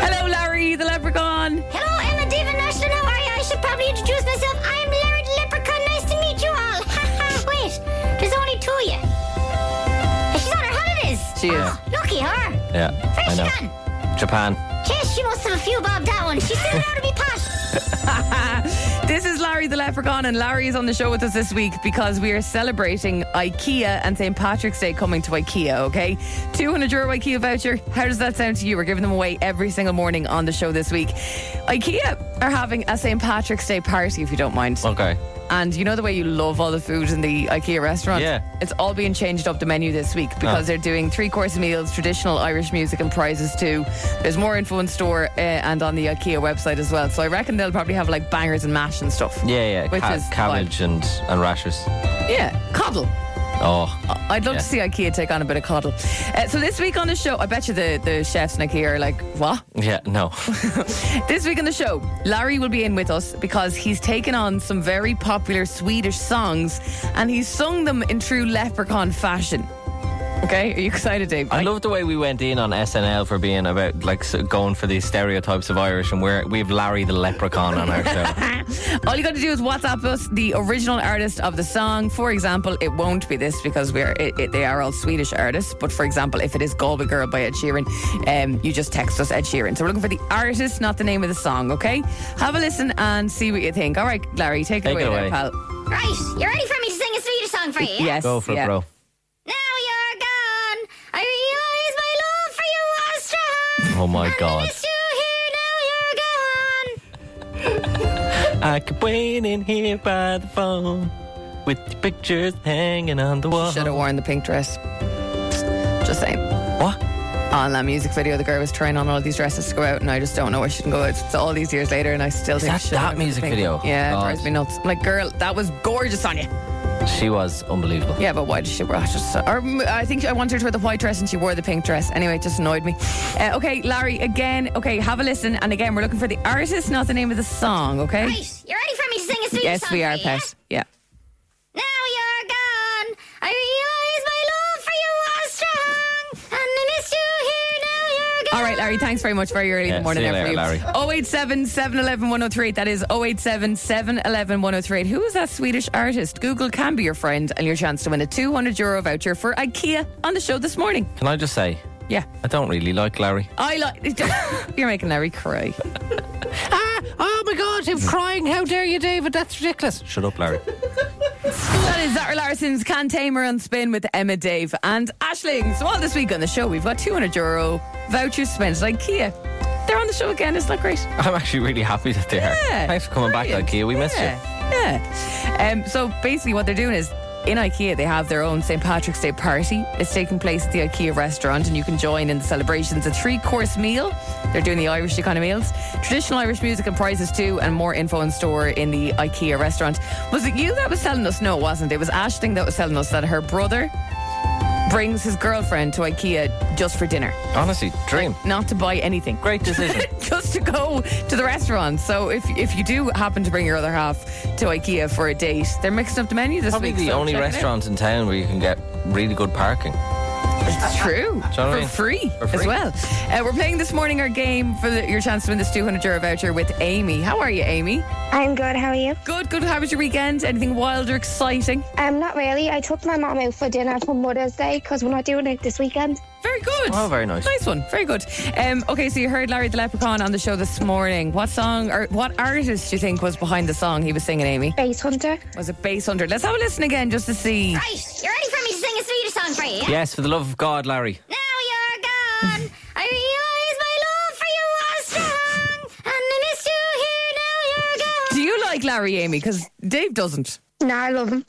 Speaker 3: Hello, Larry, the leprechaun.
Speaker 8: Hello, Emma, Dave, and Ashton. How are you? I should probably introduce myself. I'm Larry the Leprechaun. Nice to meet you all. Wait, there's only two of you. And She's on her holidays.
Speaker 3: She is.
Speaker 8: Oh, lucky her.
Speaker 4: Yeah,
Speaker 8: Where's
Speaker 4: I
Speaker 8: she
Speaker 4: know.
Speaker 8: gone?
Speaker 4: Japan.
Speaker 8: Yes, she must have a few bob that one. She's still allowed to be posh.
Speaker 3: This is Larry the Leprechaun, and Larry is on the show with us this week because we are celebrating IKEA and St. Patrick's Day coming to IKEA, okay? 200 euro IKEA voucher. How does that sound to you? We're giving them away every single morning on the show this week. IKEA are having a St. Patrick's Day party, if you don't mind.
Speaker 4: Okay.
Speaker 3: And you know the way you love all the food in the IKEA restaurants?
Speaker 4: Yeah.
Speaker 3: It's all being changed up the menu this week because
Speaker 4: Oh.
Speaker 3: they're doing three course meals, traditional Irish music, and prizes too. There's more info in store uh, and on the IKEA website as well. So I reckon they'll probably have like bangers and mash and stuff.
Speaker 4: Yeah, yeah.
Speaker 3: Which
Speaker 4: Ca-
Speaker 3: is the
Speaker 4: cabbage and, and rashers.
Speaker 3: vibe. Yeah, coddle.
Speaker 4: Oh.
Speaker 3: I'd love
Speaker 4: Yeah.
Speaker 3: to see IKEA take on a bit of coddle. Uh, so this week on the show, I bet you the, the chefs in IKEA are like, what?
Speaker 4: Yeah,
Speaker 3: *laughs*
Speaker 4: no.
Speaker 3: This week on the show, Larry will be in with us because he's taken on some very popular Swedish songs and he's sung them in true leprechaun fashion. Okay, are you excited, Dave?
Speaker 4: I love the way we went in on SNL for being about like s- going for these stereotypes of Irish, and we're we've Larry the Leprechaun on our
Speaker 3: *laughs*
Speaker 4: show.
Speaker 3: All you got to do is WhatsApp us the original artist of the song. For example, it won't be this because we're it, it, they are all Swedish artists. But for example, if it is Galway Girl by Ed Sheeran, um, you just text us Ed Sheeran. So we're looking for the artist, not the name of the song. Okay, have a listen and see what you think. All right, Larry, take it,
Speaker 4: Take
Speaker 3: away,
Speaker 4: it away.
Speaker 3: There, pal.
Speaker 8: Right, you ready for me to sing a Swedish song for you? Yeah?
Speaker 3: Yes,
Speaker 4: Go for
Speaker 3: yeah.
Speaker 4: it, bro.
Speaker 8: Now you're gone. I realize my love for you was strong.
Speaker 4: Oh my
Speaker 8: I
Speaker 4: God.
Speaker 8: missed you here. Now you're gone.
Speaker 4: I kept waiting here by the phone with the pictures hanging on the wall.
Speaker 3: Should have worn the pink dress. Just saying.
Speaker 4: What?
Speaker 3: On that music video, the girl was trying on all these dresses to go out, and I just don't know where she can go out. It's all these years later, and I still think
Speaker 4: that
Speaker 3: should've
Speaker 4: that
Speaker 3: worn the
Speaker 4: music
Speaker 3: pink
Speaker 4: video?
Speaker 3: one. Yeah, it
Speaker 4: God.
Speaker 3: drives me nuts. I'm like, girl, that was gorgeous on you.
Speaker 4: She was unbelievable.
Speaker 3: Yeah, but why did she wear it? Just, or mm, I think I wanted her to wear the white dress, and she wore the pink dress. Anyway, it just annoyed me. Uh, okay, Larry, again, okay, have a listen, and again, we're looking for the artist, not the name of the song, okay?
Speaker 8: Right, you ready for me to sing a Swedish
Speaker 3: Yes,
Speaker 8: song
Speaker 3: we
Speaker 8: for
Speaker 3: are,
Speaker 8: you? yeah?
Speaker 3: pet. Yeah.
Speaker 8: Now you're gone. I realize my love for you was strong. And I miss you here. Now you're gone.
Speaker 3: All right, Larry, thanks very much. Very early in
Speaker 4: Yeah,
Speaker 3: the morning
Speaker 4: see you
Speaker 3: there for you.
Speaker 4: later,
Speaker 3: 087 711 1038. That is 087 711 1038. Who is that Swedish artist? Google can be your friend and your chance to win a 200 euro voucher for IKEA on the show this morning.
Speaker 4: Can I just say,
Speaker 3: Yeah.
Speaker 4: I don't really like Larry.
Speaker 3: I like. *laughs* You're making Larry cry. *laughs*
Speaker 4: Ah, oh my God, I'm crying. How dare you, David? That's ridiculous. Shut up, Larry.
Speaker 3: That is Zara Larson's Can Tamer on Spin with Emma, Dave, and Ashling. So, all this week on the show, we've got 200 euro vouchers spent at IKEA. They're on the show again, isn't that great?
Speaker 4: I'm actually really happy that they are.
Speaker 3: Yeah,
Speaker 4: Thanks for coming
Speaker 3: brilliant.
Speaker 4: back, IKEA. We missed you.
Speaker 3: yeah, Yeah. Um, so basically, what they're doing is in IKEA they have their own St Patrick's Day party. It's taking place at the IKEA restaurant, and you can join in the celebrations. A three-course meal. They're doing the Irish kind of meals, traditional Irish music and prizes too, and more info in store in the IKEA restaurant. Was it you that was telling us? No, it wasn't. It was Ashling that was telling us that her brother brings his girlfriend to IKEA just for dinner,
Speaker 4: Honestly, dream.
Speaker 3: not to buy anything *laughs*
Speaker 4: Great decision.
Speaker 3: just to go to the restaurant. So if if you do happen to bring your other half to IKEA for a date, they're mixing up the menu this
Speaker 4: Probably
Speaker 3: week.
Speaker 4: the
Speaker 3: so
Speaker 4: only
Speaker 3: check it out.
Speaker 4: restaurant in town where you can get really good parking.
Speaker 3: It's
Speaker 4: *laughs*
Speaker 3: true.
Speaker 4: Do you know what I
Speaker 3: for,
Speaker 4: mean?
Speaker 3: free
Speaker 4: For free.
Speaker 3: as well. Uh, we're playing this morning our game for the, your chance to win this 200 euro voucher with Amy. How are you, Amy?
Speaker 9: I'm good. How are you?
Speaker 3: Good, good. How was your weekend? Anything wild or exciting?
Speaker 9: Um, not really. I took my mom out for dinner for Mother's Day because we're not doing it this weekend.
Speaker 3: Very good.
Speaker 4: Oh, very nice.
Speaker 3: Nice one. Very good. Um, okay, so you heard Larry the Leprechaun on the show this morning. What song or what artist do you think was behind the song he was singing, Amy?
Speaker 9: Base Hunter.
Speaker 3: Was it Bass Hunter? Let's have a listen again just to see.
Speaker 8: Right, you ready for me to sing a sweeter song for you? yeah?
Speaker 4: Yes, for the love of God, Larry.
Speaker 8: Now you're gone, I realize my love for you was strong, and I miss you here. Now you're gone.
Speaker 3: Do you like Larry Amy? Because Dave doesn't.
Speaker 9: No, I love him.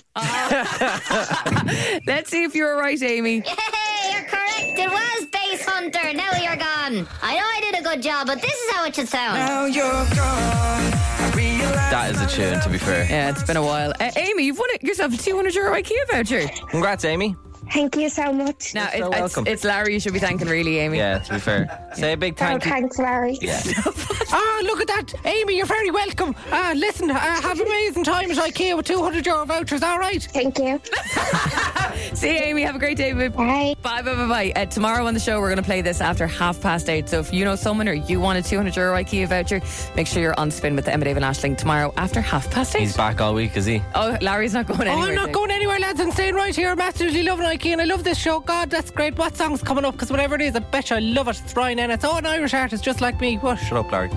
Speaker 3: Let's see if you're right, Amy.
Speaker 8: Hey, you're correct. It was Base Hunter. Now you're gone. I know I did a good job, but this is how it should sound.
Speaker 4: That is a tune, to be fair.
Speaker 3: Yeah, it's been a while. Uh, Amy, you've won it yourself a 200 euro IKEA voucher.
Speaker 4: Congrats, Amy.
Speaker 9: Thank you so much.
Speaker 3: Now, it,
Speaker 4: so
Speaker 3: it's,
Speaker 4: welcome.
Speaker 3: it's Larry you should be thanking, really, Amy.
Speaker 4: Yeah, to be fair. Say a big
Speaker 9: oh,
Speaker 4: thank you.
Speaker 9: thanks, Larry.
Speaker 4: Yeah.
Speaker 10: *laughs* Ah, look at that. Amy, you're very welcome. Ah, listen, uh, have amazing time at IKEA with 200 euro vouchers, all right?
Speaker 9: Thank you.
Speaker 3: See you, Amy. Have a great day. babe. Bye,
Speaker 9: Bye.
Speaker 3: bye, bye, bye. Uh, tomorrow on the show, we're going to play this after half past eight. So if you know someone or you want a 200 euro IKEA voucher, make sure you're on spin with the Emma Dave and Ashling tomorrow after half past eight.
Speaker 4: He's back all week, is he?
Speaker 3: Oh, Larry's not going anywhere.
Speaker 10: oh, I'm not
Speaker 3: Dave.
Speaker 10: going anywhere, lads. I'm staying right here. I'm absolutely loving IKEA and I love this show. God, that's great. What song's coming up? Because whatever it is, I bet you I love it. It's Brian Ennis. Oh, an Irish artist just like me. What?
Speaker 4: Shut up, Larry.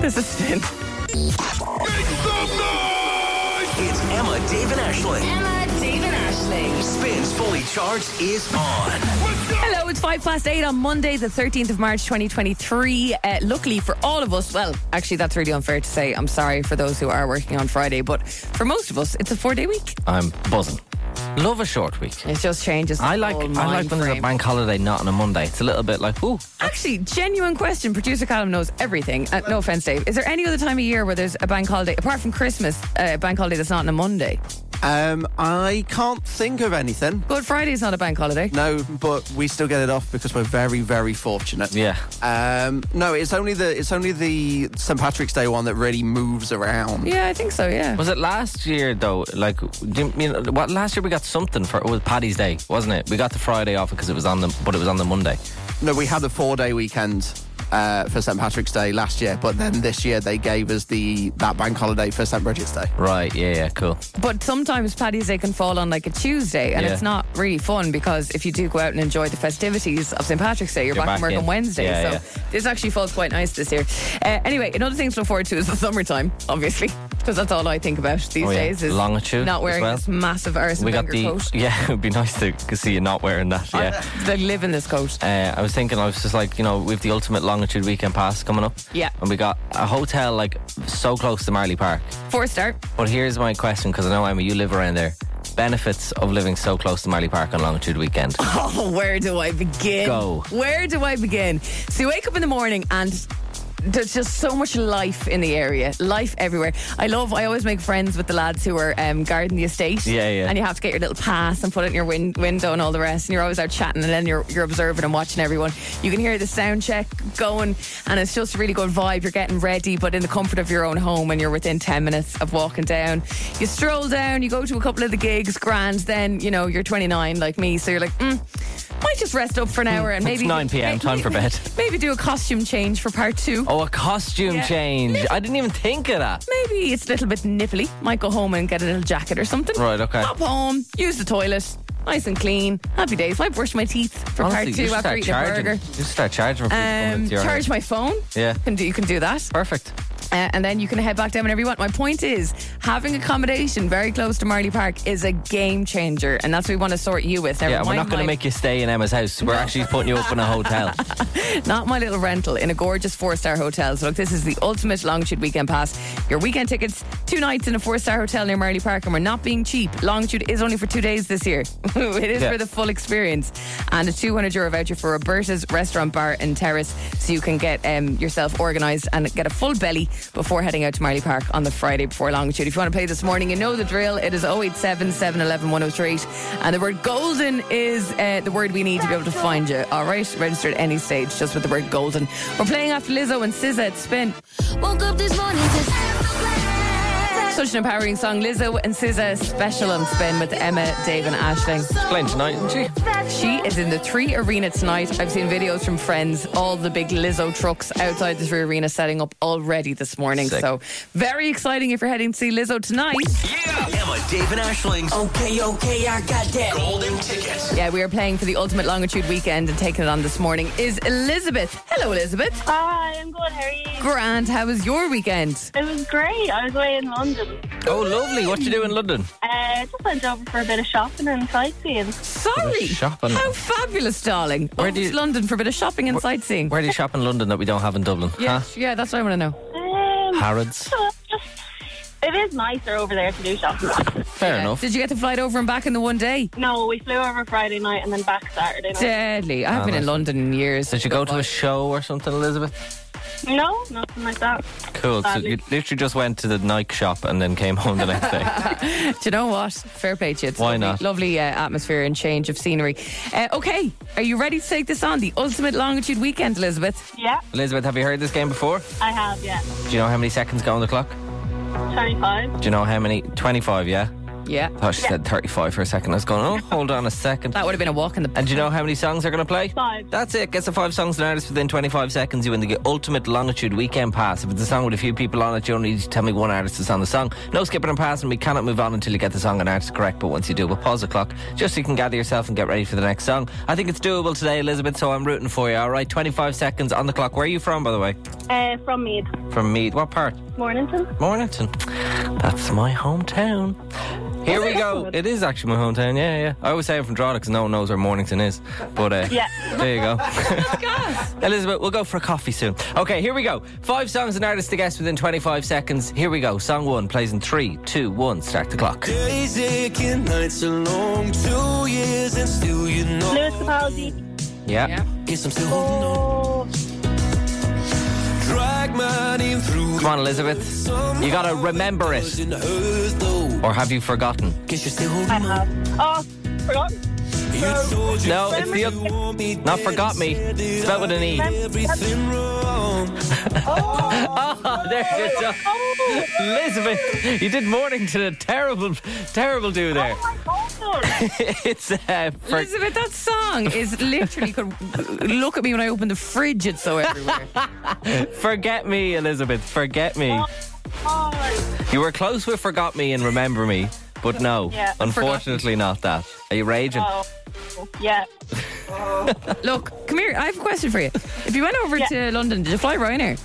Speaker 3: This is spin.
Speaker 1: It's Emma, Dave, and Ashling.
Speaker 2: Emma, Dave, and Ashling.
Speaker 1: Spins Fully Charged is on.
Speaker 3: Hello, it's five past eight on Monday, the 13th of March, 2023. Uh, luckily for all of us, well, actually, that's really unfair to say. I'm sorry for those who are working on Friday, but for most of us, it's a four day week.
Speaker 4: I'm buzzing. Love a short week.
Speaker 3: It just changes. the
Speaker 4: I like
Speaker 3: whole
Speaker 4: I like
Speaker 3: mind
Speaker 4: when there's a
Speaker 3: frame.
Speaker 4: bank holiday, not on a Monday. It's a little bit like, ooh,
Speaker 3: Actually, genuine question. Producer Callum knows everything. Uh, no offense, Dave. Is there any other time of year where there's a bank holiday, apart from Christmas, uh, a bank holiday that's not on a Monday?
Speaker 5: Um, I can't think of anything.
Speaker 3: Good Friday's not a bank holiday.
Speaker 5: No, but we still get it off because we're very, very fortunate.
Speaker 4: Yeah.
Speaker 5: Um, no, it's only the it's only the St Patrick's Day one that really moves around.
Speaker 3: Yeah, I think so, yeah.
Speaker 4: Was it last year though? Like, do you mean what? Last year we got something for it was Paddy's Day, wasn't it? We got the Friday off because it was on the, but it was on the Monday.
Speaker 5: No, we had a four day weekend uh, for St Patrick's Day last year, but then this year they gave us the that bank holiday for St Bridget's Day.
Speaker 4: Right? Yeah, yeah, cool.
Speaker 3: But sometimes Paddy's Day can fall on like a Tuesday, and
Speaker 4: Yeah.
Speaker 3: it's not really fun because if you do go out and enjoy the festivities of St. Patrick's Day, you're, back,
Speaker 4: back
Speaker 3: from work
Speaker 4: in.
Speaker 3: on Wednesday.
Speaker 4: Yeah,
Speaker 3: so this actually falls quite nice this year. Uh, anyway, another thing to look forward to is the summertime, obviously, because that's all I think about these
Speaker 4: Oh, yeah.
Speaker 3: days is
Speaker 4: Longitude
Speaker 3: not
Speaker 4: as
Speaker 3: wearing
Speaker 4: well.
Speaker 3: this massive Arsene
Speaker 4: we got
Speaker 3: Wenger
Speaker 4: the
Speaker 3: coat.
Speaker 4: *laughs* yeah. It would be nice to see you not wearing that. Yeah.
Speaker 3: They live in this coat.
Speaker 4: Uh, I was thinking, I was just like, you know, with the ultimate longitude weekend pass coming up.
Speaker 3: Yeah.
Speaker 4: And we got a hotel like so close to Marley Park.
Speaker 3: Four star.
Speaker 4: But here's my question, because I know Emma, you live around there. Benefits of living so close to Marley Park on longitude
Speaker 3: *laughs*
Speaker 4: weekend.
Speaker 3: Oh, where do I begin?
Speaker 4: Go.
Speaker 3: Where do I begin? So you wake up in the morning and there's just so much life in the area, life everywhere. I love. I always make friends with the lads who are um, guarding the estate.
Speaker 4: Yeah, yeah.
Speaker 3: And you have to get your little pass and put it in your win- window and all the rest. And you're always out chatting, and then you're you're observing and watching everyone. You can hear the sound check going, and it's just a really good vibe. You're getting ready, but in the comfort of your own home, and you're within ten minutes of walking down. You stroll down, you go to a couple of the gigs, grand. Then you know you're 29 like me, so you're like, mm, might just rest up for an hour and
Speaker 4: It's
Speaker 3: maybe
Speaker 4: 9 p.m., time for bed.
Speaker 3: Maybe do a costume change for part two.
Speaker 4: Oh, a costume
Speaker 3: Yeah.
Speaker 4: change. I didn't even think of that.
Speaker 3: Maybe it's a little bit nipply. Might go home and get a little jacket or something.
Speaker 4: Right, okay.
Speaker 3: Pop home, use the toilet, nice and clean. Happy days. Might brush my teeth for
Speaker 4: Honestly,
Speaker 3: part two
Speaker 4: you should
Speaker 3: after
Speaker 4: start
Speaker 3: eating a
Speaker 4: charging.
Speaker 3: burger.
Speaker 4: You should start charging for people coming
Speaker 3: Um,
Speaker 4: into your
Speaker 3: charge my phone.
Speaker 4: Yeah.
Speaker 3: Can do, you can do that.
Speaker 4: Perfect.
Speaker 3: Uh, and then you can head back down whenever you want. My point is, having accommodation very close to Marley Park is a game changer, and that's what we want to sort you with. Never
Speaker 4: yeah, we're
Speaker 3: mind
Speaker 4: not going to
Speaker 3: my-
Speaker 4: make you stay in Emma's house. We're actually putting you up in
Speaker 3: *laughs*
Speaker 4: a hotel.
Speaker 3: Not my little rental in a gorgeous four star hotel. So, look, this is the ultimate longitude weekend pass. Your weekend tickets, two nights in a four star hotel near Marley Park, and we're not being cheap. Longitude is only for two days this year. *laughs* it is
Speaker 4: Yeah.
Speaker 3: for the full experience. And a 200 euro voucher for Roberta's restaurant, bar, and terrace. So, you can get um, yourself organised and get a full belly before heading out to Marley Park on the Friday before Longitude. If you want to play this morning, you know the drill. It is 087 711 1038. And the word golden is uh, the word we need to be able to find you. All right? Register at any stage just with the word golden. We're playing after Lizzo and SZA at Spin.
Speaker 11: Woke up this morning to
Speaker 3: Such an empowering song. Lizzo and SZA special on Spin with Emma, Dave, and Ashling.
Speaker 4: Playing tonight, isn't
Speaker 3: she? She is in the Three Arena tonight. I've seen videos from friends, all the big Lizzo trucks outside the Three Arena setting up already this morning.
Speaker 1: Sick.
Speaker 3: So, very exciting if you're heading to see Lizzo tonight.
Speaker 1: Emma, Dave, and Ashling's. Okay, okay, I got that. Golden ticket.
Speaker 3: Yeah, we are playing for the Ultimate Longitude Weekend and taking it on this morning is Elizabeth. Hello, Elizabeth.
Speaker 12: Hi, I'm good. How are you?
Speaker 3: Grand, how was your weekend?
Speaker 12: It was great. I was away in London.
Speaker 4: Oh, lovely. What you do in London?
Speaker 12: Uh, just went over for a bit of shopping and sightseeing.
Speaker 3: Sorry.
Speaker 4: Shopping.
Speaker 3: How fabulous, darling. Where do you, London for a bit of shopping and sightseeing.
Speaker 4: Where do you shop in London that we don't have in Dublin?
Speaker 3: Yeah,
Speaker 4: Huh?
Speaker 3: yeah, that's what I want to know.
Speaker 12: Um,
Speaker 4: Harrods.
Speaker 12: It is nicer over there to do shopping.
Speaker 4: Fair enough.
Speaker 3: Did you get to fly it over and back in the one day?
Speaker 12: No, we flew over Friday night and then back Saturday night.
Speaker 3: Deadly.
Speaker 4: Ah,
Speaker 3: I haven't been in London in
Speaker 4: *laughs*
Speaker 3: years.
Speaker 4: Did you go to a show or something, Elizabeth?
Speaker 12: No, nothing like that.
Speaker 4: Cool. So
Speaker 12: Sadly.
Speaker 4: you literally just went to the Nike shop and then came home the next day.
Speaker 3: *laughs* Do you know what? Fair play to you. It's
Speaker 4: Why
Speaker 3: lovely,
Speaker 4: not?
Speaker 3: Lovely uh, atmosphere and change of scenery. Uh, okay, are you ready to take this on? The Ultimate Longitude Weekend, Elizabeth?
Speaker 12: Yeah,
Speaker 4: Elizabeth, have you heard this game before?
Speaker 12: I have, yeah.
Speaker 4: Do you know how many seconds go on the clock?
Speaker 12: 25.
Speaker 4: Do you know how many? 25, yeah?
Speaker 3: Yeah.
Speaker 4: thought she said 35 for a second. I was going, oh, hold on a second. That
Speaker 3: would have been a walk in the.
Speaker 4: And do you know how many songs they're going to play?
Speaker 12: Five.
Speaker 4: That's it. Guess the five songs and artists within 25 seconds. You win the ultimate longitude weekend pass. If it's a song with a few people on it, you only need to tell me one artist that's on the song. No skipping and passing. We cannot move on until you get the song and artist correct. But once you do, we'll pause the clock just so you can gather yourself and get ready for the next song. I think it's doable today, Elizabeth. So I'm rooting for you. All right, 25 seconds on the clock. Where are you from, by the way?
Speaker 12: Uh, from Mead,
Speaker 4: From Mead. What part?
Speaker 12: Mornington.
Speaker 4: Mornington. That's my hometown. Here we go. It is actually my hometown. Yeah, yeah. I always say I'm from Drogheda because no one knows where Mornington is. But uh,
Speaker 12: Yeah.
Speaker 4: there you go. *laughs* Elizabeth, we'll go for a coffee soon. Okay, here we go. Five songs and artists to guess within 25 seconds. Here we go. Song one plays in three, two, one. Start the clock.
Speaker 13: Days aching, nights are long, two years and still you know.
Speaker 12: Lewis Capaldi.
Speaker 4: Yeah.
Speaker 13: Guess I'm still holding on. Oh. Drag my name through.
Speaker 4: Come on, Elizabeth. You gotta remember it. Or have you forgotten?
Speaker 13: Guess you're still holding
Speaker 12: I have. Oh, forgotten.
Speaker 4: No, it's the other. Not forgot me. Spelled with an E.
Speaker 13: Everything wrong.
Speaker 4: oh, *laughs* there you go. Elizabeth, you did Mornington a terrible, terrible do there. *laughs* it's uh, for-
Speaker 3: Elizabeth, that song is literally could *laughs* look at me when I open the fridge. It's so
Speaker 4: *laughs*
Speaker 3: everywhere.
Speaker 4: forget me, Elizabeth. Forget me.
Speaker 12: Oh,
Speaker 4: You were close with forgot me and remember me, but no,
Speaker 12: Yeah.
Speaker 4: unfortunately not that. Are you raging?
Speaker 12: oh. Yeah.
Speaker 3: Look, come here. I have a question for you. If you went over to London, did you fly Ryanair?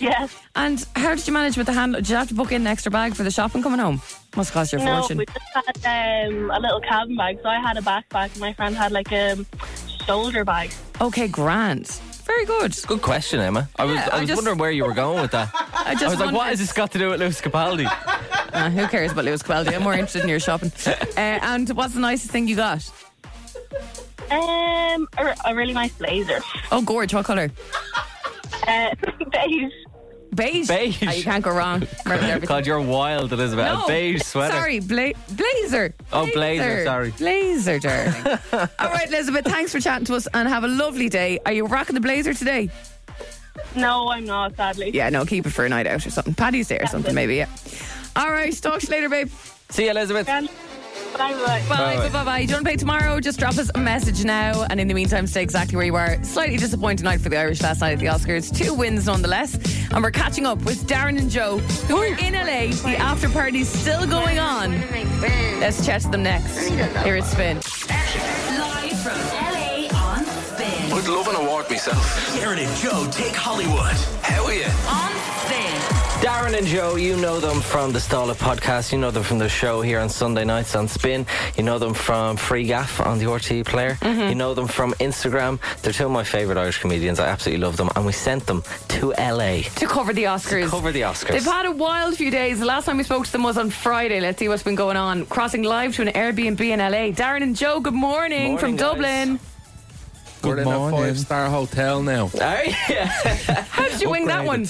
Speaker 12: Yes.
Speaker 3: And how did you manage with the handle? Did you have to book in an extra bag for the shopping coming home? Must cost you a
Speaker 12: no,
Speaker 3: fortune.
Speaker 12: we just had um, a little cabin bag. So I had a backpack, and my friend had like a shoulder bag.
Speaker 3: Okay, grand. Very good.
Speaker 4: Good question, Emma. I was,
Speaker 3: Yeah,
Speaker 4: I
Speaker 3: I
Speaker 4: was
Speaker 3: just-
Speaker 4: wondering where you were going with that.
Speaker 3: *laughs* I just
Speaker 4: was like, what
Speaker 3: wondered-
Speaker 4: has this got to do with Lewis
Speaker 3: *laughs*
Speaker 4: Capaldi?
Speaker 3: Uh, *laughs* who cares about Lewis Capaldi? I'm more interested in your shopping. Uh, and what's the nicest thing you got?
Speaker 12: Um, a, a really nice blazer.
Speaker 3: Oh, gorge. What colour?
Speaker 12: Uh, beige.
Speaker 3: Beige.
Speaker 4: Beige.
Speaker 3: Ah, you can't go wrong. Remember
Speaker 4: *laughs*
Speaker 3: everything.
Speaker 4: God, you're wild, Elizabeth.
Speaker 3: No,
Speaker 4: A beige sweater.
Speaker 3: Sorry, bla- blazer.
Speaker 4: Oh, blazer, sorry.
Speaker 3: Blazer,
Speaker 4: *laughs*
Speaker 3: darling. All right, Elizabeth, thanks for chatting to us and have a lovely day. Are you rocking the blazer today?
Speaker 12: No, I'm not, sadly.
Speaker 3: Yeah, no, keep it for a night out or something. Paddy's Day or something, maybe, yeah. All right, talk to you later, babe.
Speaker 4: See you, Elizabeth.
Speaker 12: Bye, bye.
Speaker 3: Bye,
Speaker 4: Bye-bye.
Speaker 3: bye, bye, bye. You don't play tomorrow? Just drop us a message now. And in the meantime, stay exactly where you are. Slightly disappointing night for the Irish last night at the Oscars. Two wins nonetheless. And we're catching up with Darren and Joe, who are in LA. The after party's still going on. Let's chat to them next. Here it's Spin.
Speaker 2: Live from LA on Spin.
Speaker 1: Would love an award myself. Aaron and Joe take Hollywood. How are you? On
Speaker 4: Darren and Joe, you know them from the Stall podcast. You know them from the show here on Sunday nights on Spin. You know them from Free Gaff on the RT player.
Speaker 3: Mm-hmm.
Speaker 4: You know them from Instagram. They're two of my favourite Irish comedians. I absolutely love them. And we sent them to LA
Speaker 3: to cover the Oscars.
Speaker 4: cover the Oscars.
Speaker 3: They've had a wild few days. The last time we spoke to them was on Friday. Let's see what's been going on. Crossing live to an Airbnb in LA. Darren and Joe, good morning,
Speaker 14: Morning,
Speaker 3: from
Speaker 14: guys.
Speaker 3: Dublin.
Speaker 14: We're in a
Speaker 3: morning.
Speaker 14: five star hotel now.
Speaker 4: *laughs*
Speaker 3: How did you wing that one?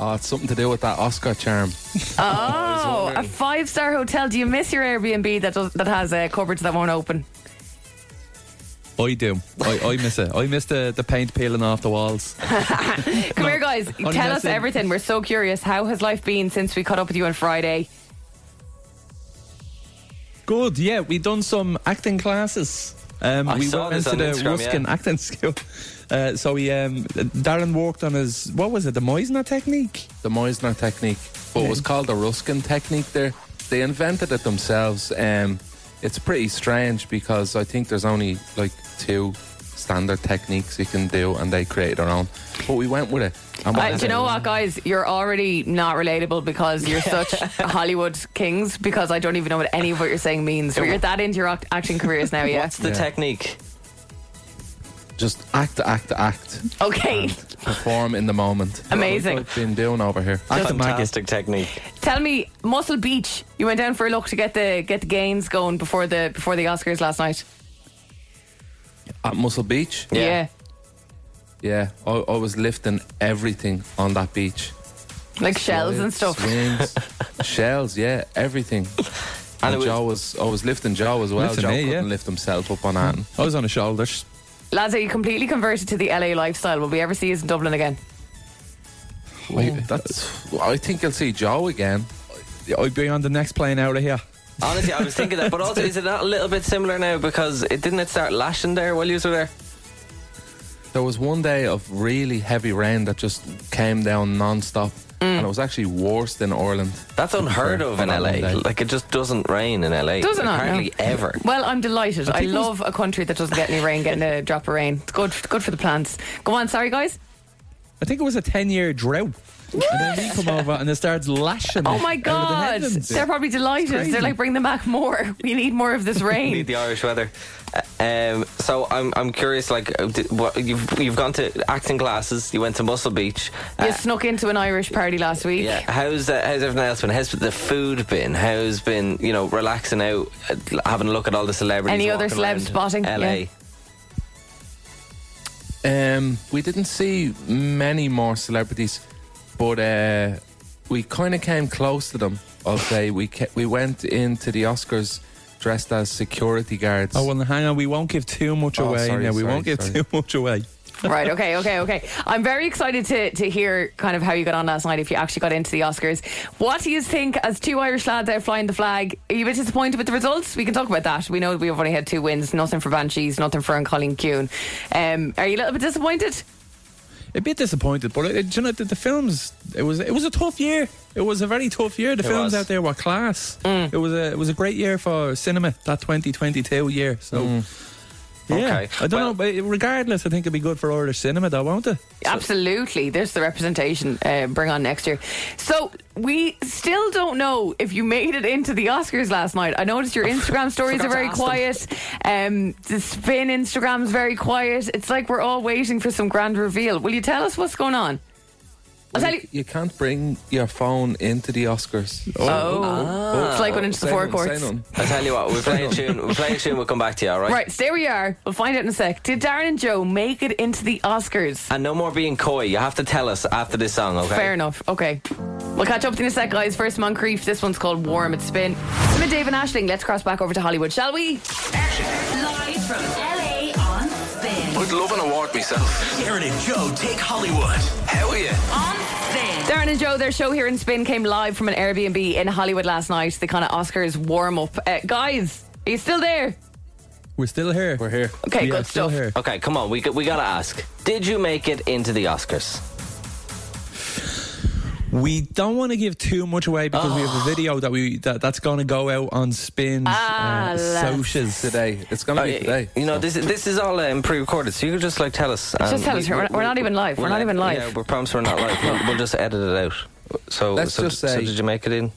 Speaker 14: Oh, it's something to do with that Oscar charm.
Speaker 3: Oh, a five star hotel. Do you miss your Airbnb that does, that has uh, cupboards that won't open?
Speaker 14: I do. I, I miss it. I miss the, the paint peeling off the walls.
Speaker 3: Come here, guys.
Speaker 14: I'm
Speaker 3: Tell us
Speaker 14: messing.
Speaker 3: everything. We're so curious. How has life been since we caught up with you on Friday?
Speaker 14: Good. Yeah, we done some acting classes. Um,
Speaker 4: I
Speaker 14: we
Speaker 4: saw
Speaker 14: went
Speaker 4: this
Speaker 14: into the
Speaker 4: on Instagram,
Speaker 14: Ruskin
Speaker 4: yeah.
Speaker 14: acting *laughs* school. Uh, so he, um, Darren worked on his what was it? The Meisner technique. The Meisner technique. What was called the Ruskin technique. There, they invented it themselves. Um, it's pretty strange because I think there's only like two standard techniques you can do, and they created their own. But we went with it. And
Speaker 3: Uh, do you know what, guys? You're already not relatable because
Speaker 4: *laughs*
Speaker 3: you're such Hollywood kings. Because I don't even know what any of what you're saying means. But you're that into your act- acting careers now, yeah.
Speaker 4: What's the technique?
Speaker 14: Just act, act, act.
Speaker 3: Okay.
Speaker 14: Perform in the moment.
Speaker 3: Amazing.
Speaker 14: That's what I've been doing over here.
Speaker 4: Fantastic technique.
Speaker 3: Tell me, Muscle Beach. You went down for a look to get the get the gains going before the before the Oscars last night.
Speaker 14: At Muscle Beach?
Speaker 3: Yeah.
Speaker 14: Yeah, I, I was lifting everything on that beach.
Speaker 3: Like shells and stuff.
Speaker 14: Swings,
Speaker 3: *laughs*
Speaker 14: shells, yeah, everything.
Speaker 4: And
Speaker 14: And,
Speaker 4: it was-
Speaker 14: Joe was, I was lifting Joe as well.
Speaker 4: Lifting
Speaker 14: Joe
Speaker 4: me,
Speaker 14: couldn't lift himself up on that. I was on his shoulders.
Speaker 3: Lads, are you completely converted to the LA lifestyle? Will we ever see you in Dublin again?
Speaker 14: I, that's, I think I'll see Joe again. I'd be on the next plane out of here.
Speaker 4: Honestly, I was thinking that. But also, is it not a little bit similar now? Because it didn't it start lashing there while you were there?
Speaker 14: There was one day of really heavy rain that just came down non-stop. And it was actually worse than Ireland.
Speaker 4: That's unheard of in LA. Like it just doesn't rain in LA.
Speaker 3: Does it
Speaker 4: Like,
Speaker 3: not?
Speaker 4: Hardly
Speaker 3: No.
Speaker 4: ever.
Speaker 3: Well, I'm delighted.
Speaker 4: I
Speaker 3: I,
Speaker 4: think it was-
Speaker 3: love a country that doesn't get any rain, getting *laughs* a drop of rain. It's good, good for the plants. Go on, sorry guys.
Speaker 14: I think it was a 10 year drought. And then he come over and it starts lashing.
Speaker 3: Oh
Speaker 14: it
Speaker 3: my
Speaker 14: out of the
Speaker 3: God.
Speaker 14: heavens.
Speaker 3: They're probably delighted.
Speaker 14: crazy.
Speaker 3: They're like, bring them back more. *laughs* We need
Speaker 14: *laughs*
Speaker 3: more of this
Speaker 4: We
Speaker 3: rain.
Speaker 4: Need the Irish weather. Uh, Um, so I'm I'm curious. Like, uh, d- what, you've you've gone to acting classes. You went to Muscle Beach. Uh,
Speaker 3: You snuck into an Irish party last week.
Speaker 4: yeah. How's uh, how's everything else been? How's the food been? How's been you know relaxing out, uh, having a look at all the celebrities?
Speaker 3: Any other
Speaker 4: walking
Speaker 3: celeb
Speaker 4: around
Speaker 3: spotting?
Speaker 4: LA.
Speaker 3: Yeah.
Speaker 14: Um, we didn't see many more celebrities, but uh, we kind of came close to them. I'll say we ca- we went into the Oscars dressed as security guards.
Speaker 15: Oh, well, hang on. We won't give too much
Speaker 14: Oh,
Speaker 15: away.
Speaker 14: sorry,
Speaker 15: now. We
Speaker 14: sorry,
Speaker 15: won't give
Speaker 14: sorry.
Speaker 15: too much away.
Speaker 3: Right, okay, okay, okay. I'm very excited to, to hear kind of how you got on last night if you actually got into the Oscars. What do you think as two Irish lads out flying the flag? Are you a bit disappointed with the results? We can talk about that. We know we've only had two wins, nothing for Banshees, nothing for Anne Colleen Kuhn. Um, are you a little bit disappointed?
Speaker 15: A bit disappointed, but it, you know, the, the films. It was it was a tough year. It was a very tough year. The
Speaker 14: It was.
Speaker 15: films
Speaker 14: Mm.
Speaker 15: out there were class. It was a it was a great year for cinema. That 2022 year. So.
Speaker 14: Mm.
Speaker 15: Yeah,
Speaker 4: Okay.
Speaker 15: I don't know, but regardless, I think it'd be good for Irish cinema, though, won't it?
Speaker 3: Absolutely. There's the representation. Uh, bring on next year. So we still don't know if you made it into the Oscars last night. I
Speaker 2: *laughs*
Speaker 3: noticed your Instagram stories are
Speaker 2: forgot to
Speaker 3: very
Speaker 2: ask them.
Speaker 3: quiet. Um, the spin Instagram's very quiet. It's like we're all waiting for some grand reveal. Will you tell us what's going on? I'll tell you.
Speaker 14: You can't bring your phone into the Oscars.
Speaker 3: Oh. Ah. It's like going into the
Speaker 14: Say nothing,
Speaker 3: forecourts.
Speaker 14: say nothing.
Speaker 4: I tell you what, we will play a tune. We will play a tune. We'll come back to you. All right.
Speaker 3: Right. there we are. We'll find out in a sec. Did Darren and Joe make it into the Oscars?
Speaker 4: And no more being coy. You have to tell us after this song. Okay.
Speaker 3: Fair enough. Okay. We'll catch up with you in a sec, guys. First Moncrief. This one's called Warm. It's spin. Smith, Dave, and Ashling. Let's cross back over to Hollywood, shall we?
Speaker 2: Live from LA on Spin.
Speaker 1: Would love an award myself. Aaron and Joe take Hollywood. How are you?
Speaker 3: Darren and Joe, their show here in Spin came live from an Airbnb in Hollywood last night. The kind of Oscars warm up. Uh, guys, are you still there?
Speaker 15: We're still here. We're
Speaker 14: here.
Speaker 3: Okay, good
Speaker 4: still
Speaker 3: stuff.
Speaker 4: Here. Okay, come on. We got- we gotta ask. Did you make it into the Oscars?
Speaker 15: We don't want to give too much away because we
Speaker 4: Ah.
Speaker 15: have a video that we that, that's going to go out on spins
Speaker 14: Ah,
Speaker 15: uh,
Speaker 14: lads.
Speaker 15: socials today. It's going to be today.
Speaker 4: Oh, You know, this this is all um, pre-recorded, so you can just like tell us. um,
Speaker 3: Just
Speaker 4: and
Speaker 3: tell us, we're- we're not even live, we're
Speaker 4: we'll,
Speaker 3: not
Speaker 4: uh,
Speaker 3: even live.
Speaker 4: Yeah, we promise we're not live. We'll, we'll just edit it out. So,
Speaker 15: Let's
Speaker 4: so,
Speaker 15: just
Speaker 4: so
Speaker 15: say-
Speaker 4: did you make it in?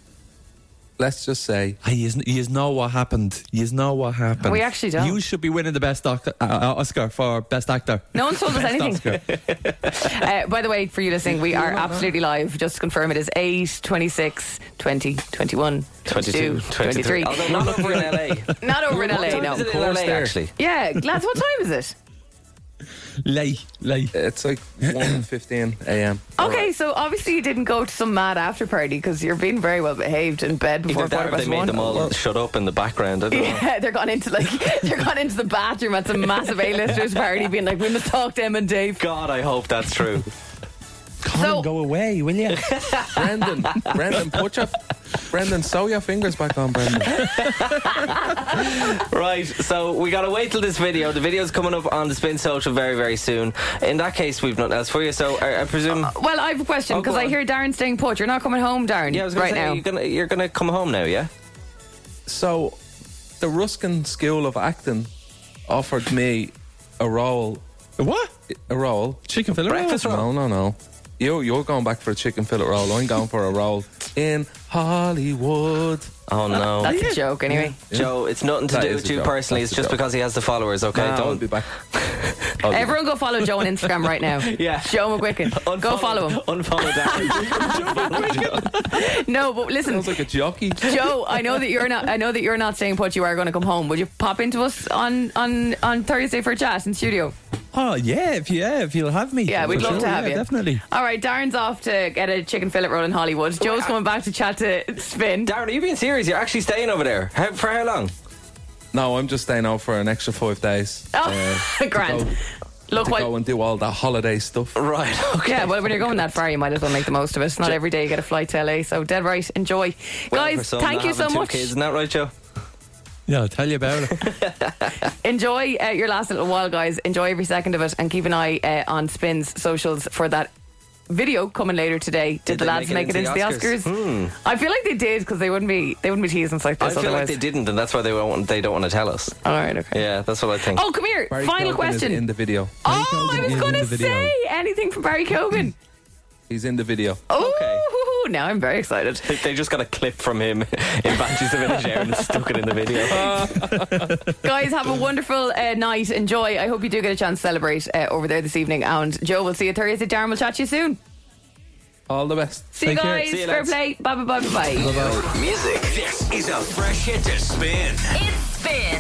Speaker 15: Let's just say you know what happened. You know what happened.
Speaker 3: We actually don't.
Speaker 15: You should be winning the best doc- uh, uh, Oscar for best actor.
Speaker 3: No one's told us
Speaker 15: Best
Speaker 3: anything.
Speaker 15: Oscar.
Speaker 3: *laughs* Uh, by the way, for you listening, we are absolutely live. Just to confirm, it is 8, 26, 20, 21, 22, 23.
Speaker 4: Although not over in LA.
Speaker 3: *laughs* Not over in
Speaker 4: What
Speaker 3: LA,
Speaker 4: time
Speaker 3: no.
Speaker 4: is it in LA, actually?
Speaker 3: Yeah, lads, what time is it?
Speaker 15: Late, late.
Speaker 14: It's like 1.15 a.m.
Speaker 3: Okay, so obviously you didn't go to some mad after party because you're being very well behaved in bed before
Speaker 4: Either that
Speaker 3: quarter
Speaker 4: or they
Speaker 3: past
Speaker 4: made
Speaker 3: one.
Speaker 4: them all shut up in the background. I
Speaker 3: *laughs*
Speaker 4: don't know.
Speaker 3: Yeah, they're gone into like they're gone into the bathroom at some massive A-listers party, being like, "We must talk to Em and Dave."
Speaker 4: God, I hope that's true.
Speaker 3: So
Speaker 15: go away, will you?
Speaker 14: Brendan, Brendan, put your, Brendan, sew your fingers back on, Brendan.
Speaker 4: *laughs* Right, so we gotta wait till this video. The video's coming up on the Spin Social very, very soon. In that case, we've nothing else for you. So I, I presume.
Speaker 3: Well, I have a question
Speaker 4: Oh, go
Speaker 3: because I
Speaker 4: on.
Speaker 3: hear Darren's staying put. You're not coming home, Darren.
Speaker 4: yeah, I was gonna
Speaker 3: right
Speaker 4: say,
Speaker 3: now.
Speaker 4: You're gonna, you're gonna come home now, yeah?
Speaker 14: So, the Ruskin School of Acting offered me a role.
Speaker 15: What?
Speaker 14: A role.
Speaker 15: Chicken fillet
Speaker 14: Breakfast
Speaker 15: roll?
Speaker 14: No, no, no. You, you're going back for a chicken fillet roll. I'm going for a role in Hollywood.
Speaker 4: Oh no,
Speaker 14: That's a
Speaker 3: joke,
Speaker 14: anyway. Yeah.
Speaker 4: Joe, it's nothing to
Speaker 14: That
Speaker 4: do
Speaker 14: is
Speaker 4: with
Speaker 14: a
Speaker 4: you
Speaker 14: joke.
Speaker 4: personally.
Speaker 14: That's
Speaker 4: it's
Speaker 14: a
Speaker 4: just
Speaker 14: joke.
Speaker 4: because he has the followers. Okay,
Speaker 14: No, I'll
Speaker 4: don't
Speaker 14: be back.
Speaker 3: Everyone go follow Joe on Instagram right now. yeah. Joe McQuicken. Go follow him.
Speaker 4: Unfollow
Speaker 14: *laughs*
Speaker 3: No, but listen.
Speaker 14: Sounds like a jockey.
Speaker 3: Joe, I know that you're not. I know that you're not staying put. You are going to come home. Would you pop into us on on on Thursday for a chat in studio?
Speaker 15: Oh yeah, if you, yeah, if you'll have me.
Speaker 3: Yeah, we'd
Speaker 15: For
Speaker 3: love
Speaker 15: sure,
Speaker 3: to have
Speaker 15: yeah,
Speaker 3: you.
Speaker 15: Definitely.
Speaker 3: All right, Darren's off to get a chicken fillet roll in Hollywood. Joe's coming back to chat to Spin.
Speaker 4: Darren, are you being serious? You're actually staying over there. How, for how long?
Speaker 14: No, I'm just staying out for an extra five days.
Speaker 4: Uh,
Speaker 3: *laughs* Oh,
Speaker 14: to
Speaker 3: grand.
Speaker 14: go-
Speaker 3: Look
Speaker 14: to
Speaker 3: what-
Speaker 14: go and do all that holiday stuff.
Speaker 4: Right. *laughs*
Speaker 3: Yeah, well, when you're going that far, you might as well make the most of it. It's not every day you get a flight to LA, so dead right. Enjoy,
Speaker 4: for
Speaker 3: guys.
Speaker 4: some
Speaker 3: Thank
Speaker 4: not
Speaker 3: you so
Speaker 4: having two
Speaker 3: much.
Speaker 4: Kids, isn't that right, Joe?
Speaker 15: Yeah, I'll tell you about it.
Speaker 3: Enjoy uh, your last little while, guys. Enjoy every second of it, and keep an eye uh, on Spin's socials for that video coming later today. Did, the
Speaker 4: they
Speaker 3: lads make it into the Oscars?
Speaker 4: Hmm.
Speaker 3: I feel like they did because they wouldn't be they wouldn't be teasing us like
Speaker 4: I
Speaker 3: this
Speaker 4: feel like
Speaker 3: otherwise.
Speaker 4: they didn't, and that's why they won't, they don't want to tell us.
Speaker 3: All right, okay.
Speaker 4: Yeah, that's what I think.
Speaker 3: Oh, come here. Final question.
Speaker 14: in the video.
Speaker 3: oh, I was going to say anything from
Speaker 14: *laughs*
Speaker 3: Barry Cogan.
Speaker 14: He's in the video.
Speaker 3: oh, now I'm very excited.
Speaker 4: They just got a clip from him *laughs* in Banshees of Inisherin and stuck it in
Speaker 1: *laughs*
Speaker 4: the video.
Speaker 1: Uh,
Speaker 3: guys, have a wonderful uh, night. Enjoy. I hope you do get a chance to celebrate uh, over there this evening. And Joe, we'll see you Thursday. Darren, we'll chat to you soon.
Speaker 14: All the best.
Speaker 3: See you guys. Fair play. Bye bye bye bye bye.
Speaker 1: Music. This is a fresh hit to spin.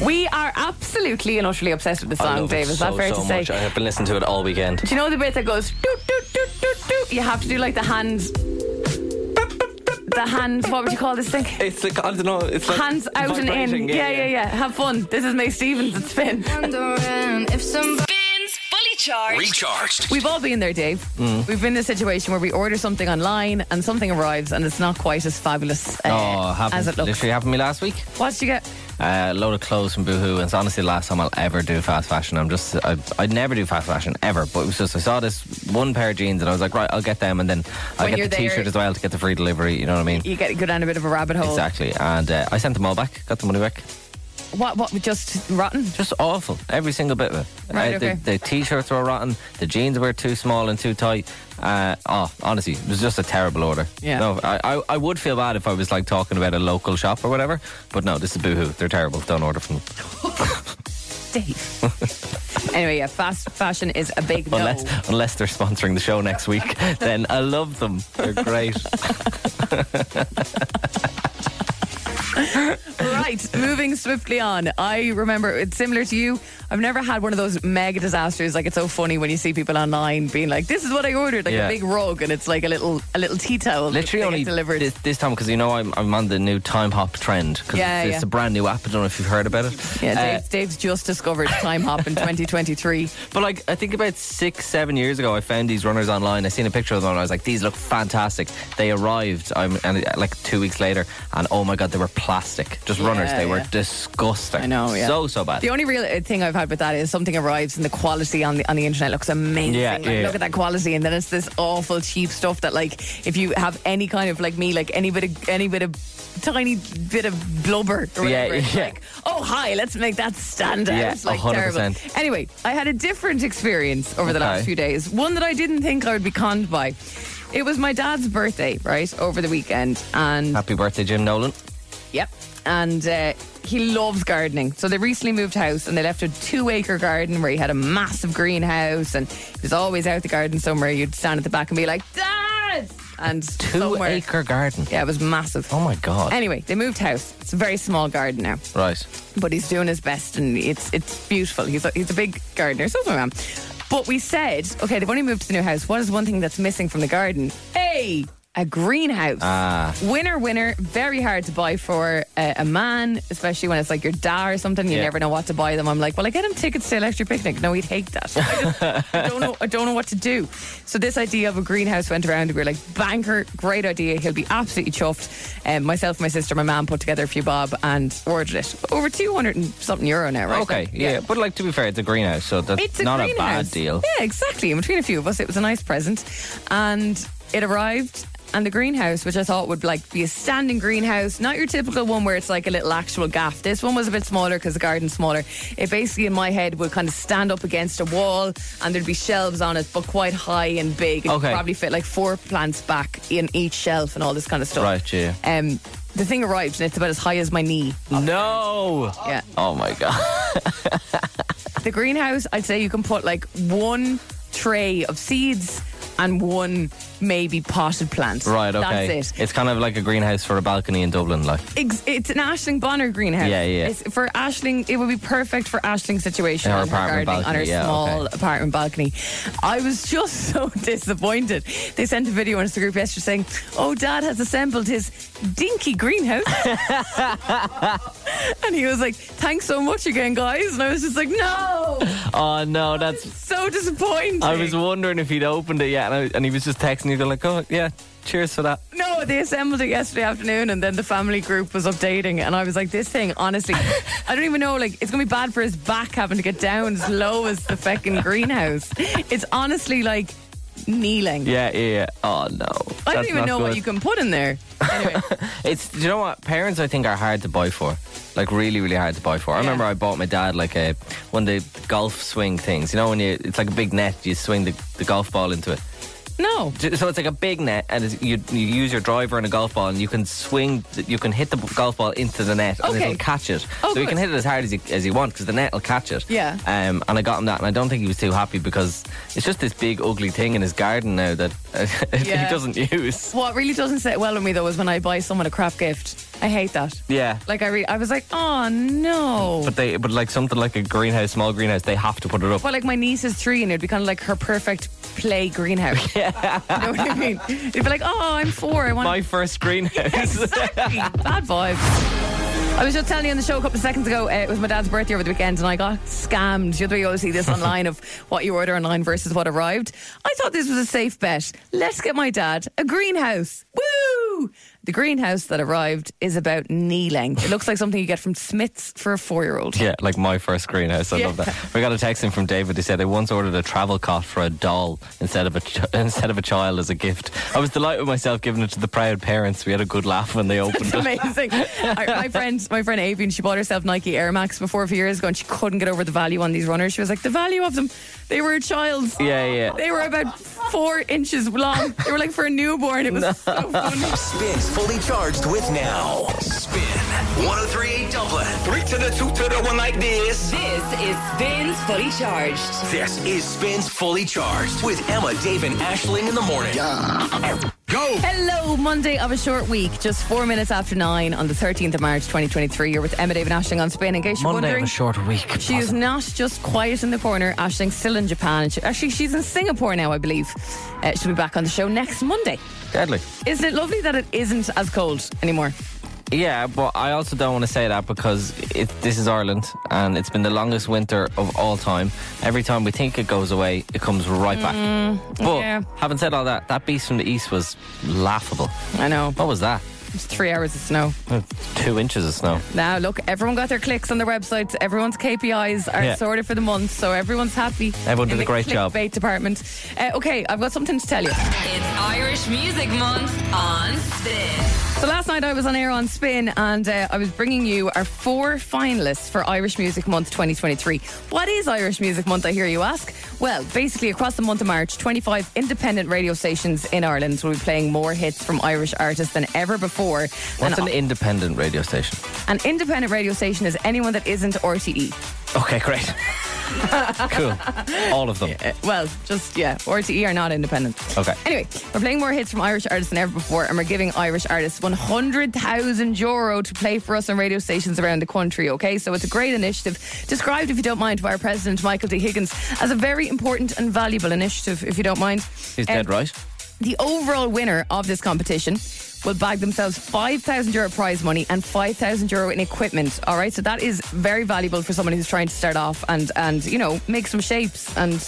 Speaker 3: We are absolutely and utterly obsessed with the
Speaker 4: I
Speaker 3: song,
Speaker 4: love it
Speaker 3: Dave. Is
Speaker 4: so,
Speaker 3: that fair
Speaker 4: so
Speaker 3: to say?
Speaker 4: much. I have been listening to it all weekend.
Speaker 3: Do you know the bit that goes doot doot doot doot doot? You have to do like the hand, the hand. What would you call this thing?
Speaker 4: It's like I don't know. It's like
Speaker 3: Hands out and in.
Speaker 4: vibrating,
Speaker 3: Yeah, yeah, yeah, Have fun. This is Mae Stevens. It's Spin.
Speaker 12: Um,
Speaker 11: if somebody spins fully charged.
Speaker 1: Recharged.
Speaker 3: We've all been there, Dave.
Speaker 4: Mm.
Speaker 3: We've been in this situation where we order something online and something arrives and it's not quite as fabulous uh,
Speaker 4: Oh, happened,
Speaker 3: as it looks.
Speaker 4: literally happened to me last week.
Speaker 3: What did you get?
Speaker 4: A load of clothes from Boohoo, and it's honestly the last time I'll ever do fast fashion. I'm just, I, I never do fast fashion ever, but it was just, I saw this one pair of jeans and I was like, right, I'll get them, and then I'll
Speaker 3: When
Speaker 4: get
Speaker 3: you're
Speaker 4: the
Speaker 3: there-
Speaker 4: t shirt as well to get the free delivery, you know what I mean?
Speaker 3: You get go down a bit of a rabbit hole.
Speaker 4: Exactly. And uh, I sent them all back, got the money back.
Speaker 3: What? What? Just rotten?
Speaker 4: Just awful. Every single bit of it. Uh,
Speaker 3: Right,
Speaker 4: the-
Speaker 3: okay.
Speaker 4: the, t-shirts were rotten. The jeans were too small and too tight. Uh, oh, honestly, it was just a terrible order.
Speaker 3: Yeah.
Speaker 4: No, I, I, I would feel bad if I was like talking about a local shop or whatever. But no, this is boohoo. They're terrible. Don't order from them.
Speaker 3: Dave.
Speaker 4: *laughs*
Speaker 3: anyway, yeah, fast fashion is a big no.
Speaker 4: Unless unless they're sponsoring the show
Speaker 3: *laughs*
Speaker 4: next week, then I love them. They're great.
Speaker 3: right, moving swiftly on. I remember it's similar to you. I've never had one of those mega disasters. Like it's so funny when you see people online being like, "This is what I ordered," like
Speaker 4: Yeah.
Speaker 3: a big rug, and it's like a little a little tea towel. that
Speaker 4: Literally
Speaker 3: they get
Speaker 4: only
Speaker 3: delivered.
Speaker 4: this, this time because you know I'm, I'm on the new time hop trend because
Speaker 3: Yeah,
Speaker 4: it's,
Speaker 3: yeah.
Speaker 4: it's a brand new app. I don't know if you've heard about it.
Speaker 3: yeah,
Speaker 4: Uh,
Speaker 3: Dave, Dave's just discovered Time Hop in 2023.
Speaker 4: But like, I think about six, seven years ago, I found these runners online. I seen a picture of them, and I was like, "These look fantastic." They arrived, um, and uh, like two weeks later, and oh my god, they were plastic. Just runners.
Speaker 3: Yeah,
Speaker 4: They were
Speaker 3: yeah.
Speaker 4: disgusting. I
Speaker 3: know, yeah.
Speaker 4: So, so bad.
Speaker 3: The only real uh, thing I've had with that is something arrives and the quality on the on the internet looks amazing.
Speaker 4: Yeah,
Speaker 3: like,
Speaker 4: yeah,
Speaker 3: look
Speaker 4: yeah.
Speaker 3: at that quality, and then it's this awful cheap stuff that, like, if you have any kind of like me, like any bit of any bit of tiny bit of blubber, or
Speaker 4: Yeah,
Speaker 3: whatever, it's
Speaker 4: yeah.
Speaker 3: like, oh hi, let's make that stand out.
Speaker 4: Yeah,
Speaker 3: It's, like
Speaker 4: 100%.
Speaker 3: terrible. Anyway, I had a different experience over the
Speaker 4: Okay.
Speaker 3: last few days, one that I didn't think I would be conned by. It was my dad's birthday, right, over the weekend, and
Speaker 4: Happy birthday, Jim Nolan.
Speaker 3: Yep. And uh, he loves gardening. So they recently moved house and they left a two acre garden where he had a massive greenhouse and he was always out the garden somewhere. You'd stand at the back and be like, Dad! And two
Speaker 4: acre garden.
Speaker 3: Yeah, it was massive.
Speaker 4: Oh my God.
Speaker 3: Anyway, they moved house. It's a very small garden now
Speaker 4: Right.
Speaker 3: but he's doing his best and it's it's beautiful. He's a, he's a big gardener, so is my mum. But we said, okay, they've only moved to the new house. What is one thing that's missing from the garden? Hey, a greenhouse.
Speaker 4: Ah.
Speaker 3: Winner, winner. Very hard to buy for uh, a man, especially when it's like your dad or something. You
Speaker 4: Yeah.
Speaker 3: never know what to buy them. I'm like, well, I get him tickets to Electric Picnic. No, he'd hate that. I just- I don't know. I don't know what to do. So this idea of a greenhouse went around. and We were like, banker, great idea. He'll be absolutely chuffed. Um, myself, my sister, my mum put together a few bob and ordered it. Over two hundred and something euro now, right?
Speaker 4: Okay,
Speaker 3: Like,
Speaker 4: yeah. But, like, to be fair, it's a greenhouse, so that's
Speaker 3: it's a
Speaker 4: not a
Speaker 3: greenhouse. *laughs*
Speaker 4: bad deal.
Speaker 3: Yeah, exactly. In between a few of us, it was a nice present, and it arrived. And the greenhouse, which I thought would like be a standing greenhouse, not your typical one where it's like a little actual gaff. This one was a bit smaller because the garden's smaller. It basically, in my head, would kind of stand up against a wall, and there'd be shelves on it, but quite high and big. It
Speaker 4: Okay.
Speaker 3: probably fit like four plants back in each shelf and all this kind of stuff.
Speaker 4: Right, yeah.
Speaker 3: Um, the thing arrived, and it's about as high as my knee.
Speaker 4: No.
Speaker 3: Yeah.
Speaker 4: Oh my God. *laughs*
Speaker 3: The greenhouse, I'd say you can put like one tray of seeds and one maybe potted plant.
Speaker 4: Right, okay.
Speaker 3: That's it.
Speaker 4: It's kind of like a greenhouse for a balcony in Dublin,
Speaker 3: *laughs*
Speaker 4: like.
Speaker 3: Ex- It's an Ashling Bonner greenhouse.
Speaker 4: Yeah, yeah.
Speaker 3: It's for Ashling, it would be perfect for Ashling's situation
Speaker 4: Her
Speaker 3: on her gardening,
Speaker 4: apartment
Speaker 3: on her
Speaker 4: balcony, yeah,
Speaker 3: small
Speaker 4: okay.
Speaker 3: apartment balcony. I was *laughs* just so disappointed. They sent a video into the group yesterday saying, "Oh, Dad has assembled his dinky greenhouse,"
Speaker 4: *laughs*
Speaker 3: and he was like, "Thanks so much again, guys." And I was just like, "No,
Speaker 4: Oh no, that's.
Speaker 3: so disappointed."
Speaker 4: I was wondering if he'd opened it yet, and, I, and he was just texting you, they're like, oh, yeah, cheers for that.
Speaker 3: No, they assembled it yesterday afternoon, and then the family group was updating, and I was like, "This thing, honestly, I don't even know. Like, it's gonna be bad for his back having to get down as low as the fucking greenhouse. It's honestly like kneeling.
Speaker 4: Yeah, yeah, yeah. Oh no.
Speaker 3: I don't
Speaker 4: That's
Speaker 3: even
Speaker 4: not
Speaker 3: know
Speaker 4: good.
Speaker 3: what you can put in there.
Speaker 4: It's do you know what parents I think are hard to buy for, like really really hard to buy for. I remember I bought my dad like a one of the golf swing things. You know when you it's like a big net you swing the, the golf ball into it.
Speaker 3: No.
Speaker 4: J- So it's like a big net and it's, you you use your driver and a golf ball and you can swing you can hit the b- golf ball into the net and
Speaker 3: Okay.
Speaker 4: it'll catch it.
Speaker 3: Oh,
Speaker 4: so you
Speaker 3: good.
Speaker 4: can hit it as hard as you as you want because the net will catch it.
Speaker 3: Yeah.
Speaker 4: Um, and I got him that and I don't think he was too happy because it's just this big ugly thing in his garden now that *laughs* uh,
Speaker 3: Yeah.
Speaker 4: he doesn't *laughs* use.
Speaker 3: What really doesn't sit well with me though is when I buy someone a crap gift. I hate that.
Speaker 4: Yeah.
Speaker 3: Like I, re- I was like, "Oh no."
Speaker 4: But they, but like something like a greenhouse, small greenhouse, they have to put it up.
Speaker 3: Well, like my niece is three, and it'd be kind of like her perfect play greenhouse.
Speaker 4: *laughs* Yeah.
Speaker 3: you know what I mean? It'd be like, oh, I'm four. I want
Speaker 4: My
Speaker 3: *laughs*
Speaker 4: first greenhouse.
Speaker 3: exactly. Bad vibes. I was just telling you on the show a couple of seconds ago, uh, it was my dad's birthday over the weekend and I got scammed. You know, you always see this online of what you order online versus what arrived. I thought this was a safe bet. Let's get my dad a greenhouse. Woo! The greenhouse that arrived is about kneeling. It looks like something you get from Smith's for a four year old.
Speaker 4: Yeah, like my first greenhouse. I love
Speaker 3: Yeah.
Speaker 4: that. We got a text in from David. He said they once ordered a travel cot for a doll instead of a ch- *laughs* instead of a child as a gift. I was delighted with myself giving it to the proud parents. We had a good laugh when they opened
Speaker 3: It's
Speaker 4: it.
Speaker 3: amazing. I, my friend, my friend Avian, she bought herself Nike Air Max before a few years ago, and she couldn't get over the value on these runners. She was like, the value of them, they were a child's.
Speaker 4: Yeah, yeah.
Speaker 3: They were about four inches long. They were like for a newborn. It was so funny.
Speaker 1: Spins fully charged with now. Spin 1038 Dublin. Three to the two to the one like this.
Speaker 11: This is Spins Fully Charged.
Speaker 1: This is Spins Fully Charged with Emma, Dave, and Ashling in the morning. Go!
Speaker 3: Hello, Monday of a short week, just four minutes after nine on the 13th of March 2023. You're with Emma David Ashling on Spain. In case you're
Speaker 4: Monday of
Speaker 3: wondering,
Speaker 4: a short week.
Speaker 3: She is not just quiet in the corner. Ashling's still in Japan. She- Actually, she's in Singapore now, I believe. Uh, she'll be back on the show next Monday.
Speaker 4: Deadly.
Speaker 3: Isn't it lovely that it isn't as cold anymore?
Speaker 4: Yeah, but I also don't want to say that because it, this is Ireland and it's been the longest winter of all time. Every time we think it goes away, it comes right back. but having said all that, that beast from the east was laughable.
Speaker 3: I know.
Speaker 4: What was that?
Speaker 3: It's three hours of snow.
Speaker 16: Two inches of snow.
Speaker 3: Now, look, everyone got their clicks on their websites. Everyone's KPIs are
Speaker 16: Yeah.
Speaker 3: sorted for the month, so everyone's happy.
Speaker 16: Everyone did a
Speaker 3: in the
Speaker 16: great job.
Speaker 3: clickbait department. Uh, okay, I've got something to tell you.
Speaker 11: It's Irish Music Month on Spin.
Speaker 3: So last night I was on air on Spin and uh, I was bringing you our four finalists for Irish Music Month 2023. What is Irish Music Month, I hear you ask? Well, basically, across the month of March, 25 independent radio stations in Ireland will be playing more hits from Irish artists than ever before.
Speaker 16: What's an
Speaker 3: And
Speaker 16: independent radio station?
Speaker 3: an independent radio station is anyone that isn't E. RTE.
Speaker 16: Okay, great. *laughs* cool. All of them.
Speaker 3: Well, just, yeah, RTE are not independent.
Speaker 16: Okay.
Speaker 3: Anyway, we're playing more hits from Irish artists than ever before, and we're giving Irish artists 100,000 euro to play for us on radio stations around the country, okay? So it's a great initiative, described, if you don't mind, by our president, Michael D. Higgins, as a very important and valuable initiative, if you don't mind.
Speaker 16: He's
Speaker 3: Um,
Speaker 16: dead right.
Speaker 3: The overall winner of this competition will bag themselves 5,000 euro prize money and 5,000 euro in equipment. All right, so that is very valuable for someone who's trying to start off and and you know make some shapes and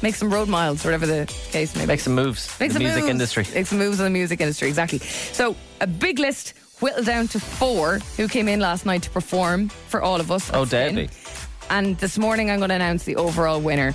Speaker 3: make some road miles, whatever the case may be.
Speaker 16: Make some moves.
Speaker 3: Make
Speaker 16: the
Speaker 3: some
Speaker 16: music
Speaker 3: moves.
Speaker 16: industry.
Speaker 3: Make some moves in the music industry, exactly. So a big list whittled down to four who came in last night to perform for all of us.
Speaker 16: Oh,
Speaker 3: at Spin.
Speaker 16: Debbie.
Speaker 3: And this morning, I'm going to announce the overall
Speaker 16: *gasps*
Speaker 3: winner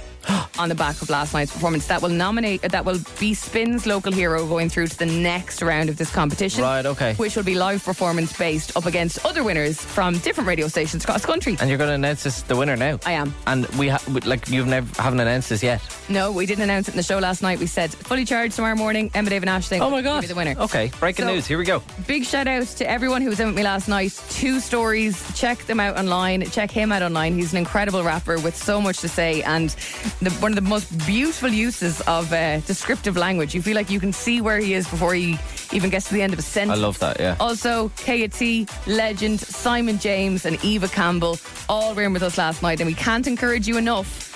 Speaker 3: on the back of last night's performance. That will nominate, uh, that will be Spin's local hero going through to the next round of this competition.
Speaker 16: Right, okay.
Speaker 3: Which will be live performance based up against other winners from different radio stations across the country.
Speaker 16: And you're going to announce this the winner now.
Speaker 3: I am.
Speaker 16: And we ha- we- like you've never haven't announced this yet.
Speaker 3: No, we didn't announce it in the show last night. We said fully charged tomorrow morning. Emma David Ash thing.
Speaker 16: Oh my
Speaker 3: will
Speaker 16: god.
Speaker 3: Be the winner.
Speaker 16: Okay, breaking
Speaker 3: So-
Speaker 16: news. Here we go.
Speaker 3: Big shout out to everyone who was in with me last night. Two stories. Check them out online. Check him out online. He's an incredible rapper with so much to say and the, one of the most beautiful uses of uh, descriptive language. You feel like you can see where he is before he even gets to the end of a
Speaker 16: I
Speaker 3: sentence.
Speaker 16: love that, yeah.
Speaker 3: Also, KT, legend, Simon James, and Eva Campbell all were in with us last night, and we can't encourage you enough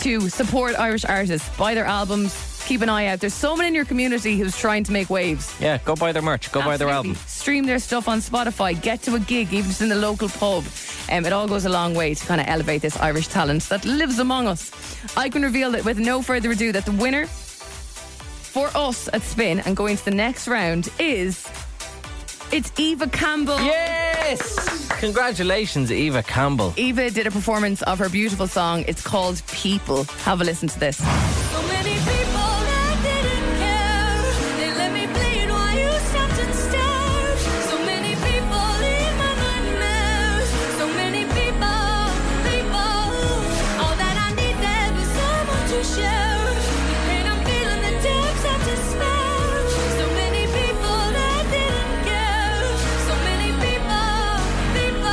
Speaker 3: to support Irish artists, buy their albums, keep an eye out. There's someone in your community who's trying to make waves.
Speaker 16: Yeah, go buy their merch. Go buy their album.
Speaker 3: Stream their stuff on Spotify. Get to a gig, even just in the local pub. Um, it all goes a long way to kind of elevate this Irish talent that lives among us. I can reveal that with no further ado that the winner for us at Spin and going to the next round is it's Eva Campbell.
Speaker 16: Yes! Congratulations, Eva Campbell.
Speaker 3: Eva did a performance of her beautiful song. It's called People. Have a listen to this.
Speaker 2: So many people that didn't care. They let me bleed while you sat and stared. So many people in my nightmares. So many people, people. All that I needed was someone to share. The pain I'm feeling, the depths of despair. So many people that didn't care. So many people, people.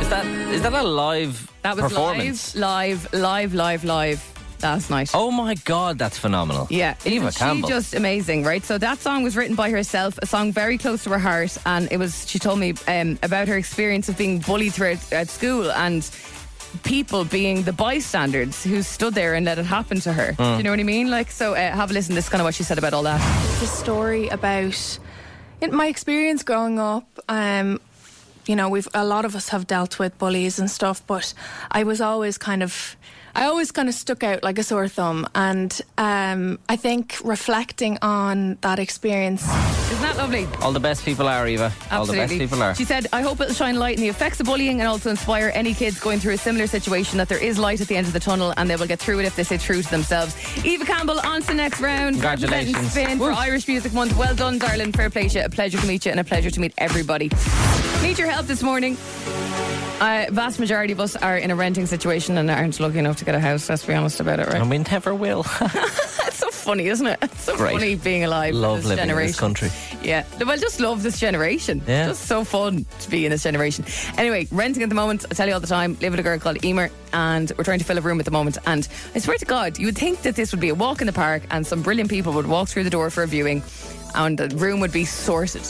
Speaker 16: Is that is that a live
Speaker 3: That was
Speaker 16: performance?
Speaker 3: live, live, live, live, live last night.
Speaker 16: Oh my god, that's phenomenal.
Speaker 3: Yeah,
Speaker 16: Eva
Speaker 3: isn't she
Speaker 16: Campbell.
Speaker 3: just amazing, right? So that song was written by herself, a song very close to her heart, and it was. She told me um, about her experience of being bullied throughout at school and people being the bystanders who stood there and let it happen to her.
Speaker 17: Mm.
Speaker 16: Hmm.
Speaker 3: Do you know what I mean? Like, so uh, have a listen. This is kind of what she said about all that.
Speaker 17: It's a story about in my experience growing up. Um, you know, we've a lot of us have dealt with bullies and stuff, but I was always kind of, I always kind of stuck out like a sore thumb. And um, I think reflecting on that experience,
Speaker 3: Isn't that lovely?
Speaker 16: All the best people are, Eva. All the best people are.
Speaker 3: She said, I hope it'll shine light in the effects of bullying and also inspire any kids going through a similar situation that there is light at the end of the tunnel and they will get through it if they stay true to themselves. Eva Campbell, on to the next round.
Speaker 16: Congratulations.
Speaker 3: Representing Spin for Irish Music Month. Well done, darling. Fair play to you. A pleasure to meet you and a pleasure to meet everybody. Need your help this morning. Uh, vast majority of us are in a renting situation and aren't lucky enough to get a house. Let's be honest about it, right?
Speaker 16: And we never
Speaker 3: *laughs*
Speaker 16: will.
Speaker 3: It's so funny, isn't it? It's so
Speaker 16: Great.
Speaker 3: funny being alive. in
Speaker 16: Love
Speaker 3: this
Speaker 16: living in
Speaker 3: generation.
Speaker 16: this country.
Speaker 3: Yeah. Well, just love this generation.
Speaker 16: Yeah.
Speaker 3: Just so fun to be in this generation. Anyway, renting at the moment, I tell you all the time, live with a girl called Emer, and we're trying to fill a room at the moment. And I swear to God, you would think that this would be a walk in the park and some brilliant people would walk through the door for a viewing and the room would be sorted.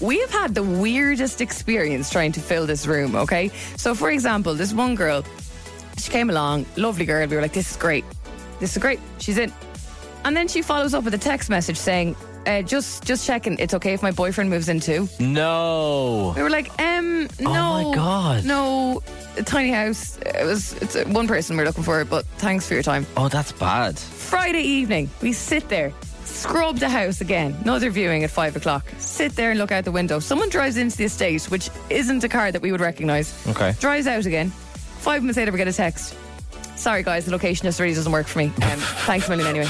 Speaker 3: We have had the weirdest experience trying to fill this room, okay? So, for example, this one girl, she came along, lovely girl. We were like, this is great. This is great. She's in. And then she follows up with a text message saying, uh, just just checking, it's okay if my boyfriend moves in too.
Speaker 16: No.
Speaker 3: We were like, um, no.
Speaker 16: Oh my God.
Speaker 3: No, a tiny house. It was it's uh, one person we're looking for, but thanks for your time.
Speaker 16: Oh, that's bad.
Speaker 3: Friday evening, we sit there. Scrub the house again. Another viewing at five o'clock. Sit there and look out the window. Someone drives into the estate, which isn't a car that we would recognise.
Speaker 4: Okay.
Speaker 3: Drives out again. Five minutes later, we get a text. Sorry, guys, the location just really doesn't work for me. Um, thanks a
Speaker 16: *laughs*
Speaker 3: million anyway.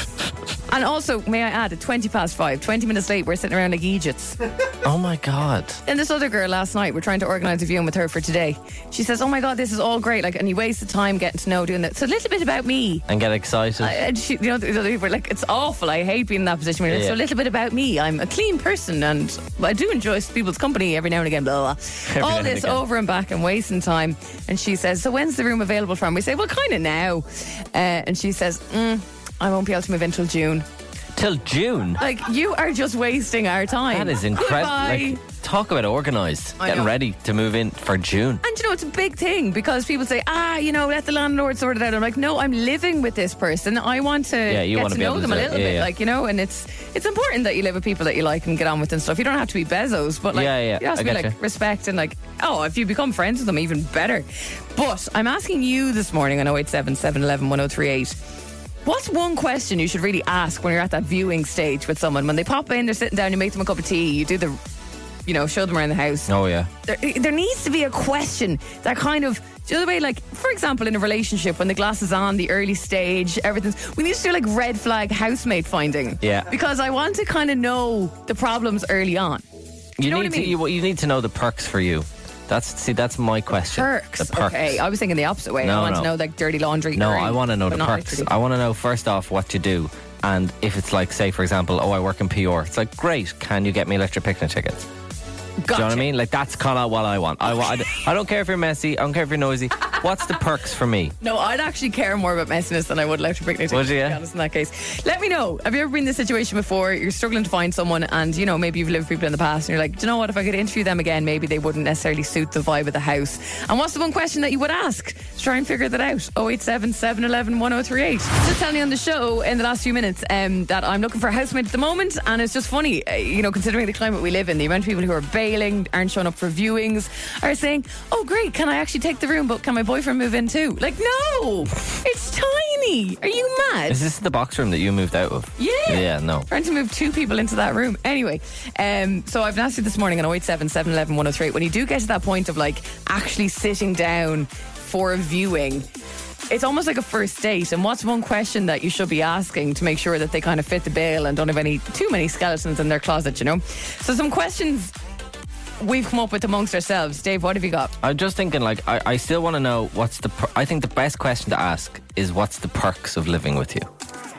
Speaker 3: And also, may I add, at 20 past five, 20 minutes late, we're sitting around like Egypts.
Speaker 4: Oh my god.
Speaker 3: And this other girl last night, we're trying to organise a viewing with her for today. She says, Oh my God, this is all great. Like, and you waste the time getting to know doing that. So, a little bit about me.
Speaker 4: And get excited.
Speaker 3: I- and she, you know, the other people are like, It's awful. I hate being in that position. We're like,
Speaker 4: Yeah.
Speaker 3: So, a little bit about me. I'm a clean person and I do enjoy people's company every now and again, blah,
Speaker 4: *laughs*
Speaker 3: blah.
Speaker 2: Every
Speaker 3: blah.
Speaker 2: now
Speaker 3: all
Speaker 2: and
Speaker 3: this
Speaker 2: again.
Speaker 3: over and back and wasting time. And she says, So, when's the room available from? We say, Well, kind of now. Uh, and she says, mm, I won't be able to move in till June.
Speaker 4: Till June.
Speaker 3: Like, you are just wasting our time.
Speaker 4: That is incredible.
Speaker 3: Goodbye.
Speaker 4: Like, talk about organised.
Speaker 3: I
Speaker 4: Getting
Speaker 3: know.
Speaker 4: ready to move in for June.
Speaker 3: And you know, it's a big thing because people say, ah, you know, let the landlord sort it out. I'm like, no, I'm living with this person. I want to
Speaker 4: Yeah, you
Speaker 3: get
Speaker 4: wanna
Speaker 3: to
Speaker 4: be
Speaker 3: know
Speaker 4: able to
Speaker 3: them a
Speaker 4: do it.
Speaker 3: little
Speaker 4: Yeah,
Speaker 3: bit,
Speaker 4: yeah.
Speaker 3: like you know. And it's it's important that you live with people that you like and get on with and stuff. You don't have to be Bezos, but like,
Speaker 4: Yeah, yeah,
Speaker 3: you have to
Speaker 4: I
Speaker 3: be like
Speaker 4: getcha.
Speaker 3: respect and like, oh, if you become friends with them, even better. But I'm asking you this morning on 087 711 1038. What's one question you should really ask when you're at that viewing stage with someone? When they pop in, they're sitting down, you make them a cup of tea, you do the, you know, show them around the house
Speaker 4: Oh yeah.
Speaker 3: there, there needs to be a question that kind of the other way like for example in a relationship when the glass is on the early stage everything's we need to do like red flag housemate finding
Speaker 4: Yeah.
Speaker 3: because i want to kind of know the problems early on
Speaker 4: You,
Speaker 3: know what
Speaker 4: need
Speaker 3: I mean?
Speaker 4: to you, you need to know the perks for you. That's see that's my question.
Speaker 3: perks,
Speaker 4: The perks.
Speaker 3: okay i was thinking the opposite way i
Speaker 4: No,
Speaker 3: want to
Speaker 4: no.
Speaker 3: know like dirty laundry
Speaker 4: No,
Speaker 3: early,
Speaker 4: I want to know
Speaker 3: but
Speaker 4: the
Speaker 3: not, like,
Speaker 4: perks.
Speaker 3: dirty-
Speaker 4: I want to know first off what you do, and if it's like, say, for example, oh, I work in PR. It's like, great. Can you get me electric picnic tickets? Do you know what I mean? Like that's kind of what I want. I want. I don't care if you're messy. I don't care if you're noisy. What's the perks for me?
Speaker 3: no, I'd actually care more about messiness than I would electric picnic.
Speaker 4: Would you,
Speaker 3: To be
Speaker 4: yeah?
Speaker 3: honest, in that case, let me know. Have you ever been in this situation before? You're struggling to find someone, and you know maybe you've lived with people in the past, and you're like, do you know what? If I could interview them again, maybe they wouldn't necessarily suit the vibe of the house. And what's the one question that you would ask? Let's try and figure that out. 087 711 1038. Just telling you on the show in the last few minutes um, that I'm looking for a housemate at the moment, and it's just funny, uh, you know, considering the climate we live in, the amount of people who are bailing, aren't showing up for viewings, are saying, oh, great, can I actually take the room, but can my boyfriend move in too? Like, no, it's tiny. Are you mad?
Speaker 4: Is this the box room that you moved out of?
Speaker 3: Yeah.
Speaker 4: Yeah. No.
Speaker 3: Trying to move two people into that room. Anyway, um, so I've asked you this morning on 087 711 103. When you do get to that point of like actually sitting down for a viewing, it's almost like a first date. And what's one question that you should be asking to make sure that they kind of fit the bill and don't have any too many skeletons in their closet, you know? So, some questions we've come up with amongst ourselves. Dave, what have you got?
Speaker 4: I'm just thinking, like, I, I still want to know what's the. Per- I think the best question to ask is what's the perks of living with you.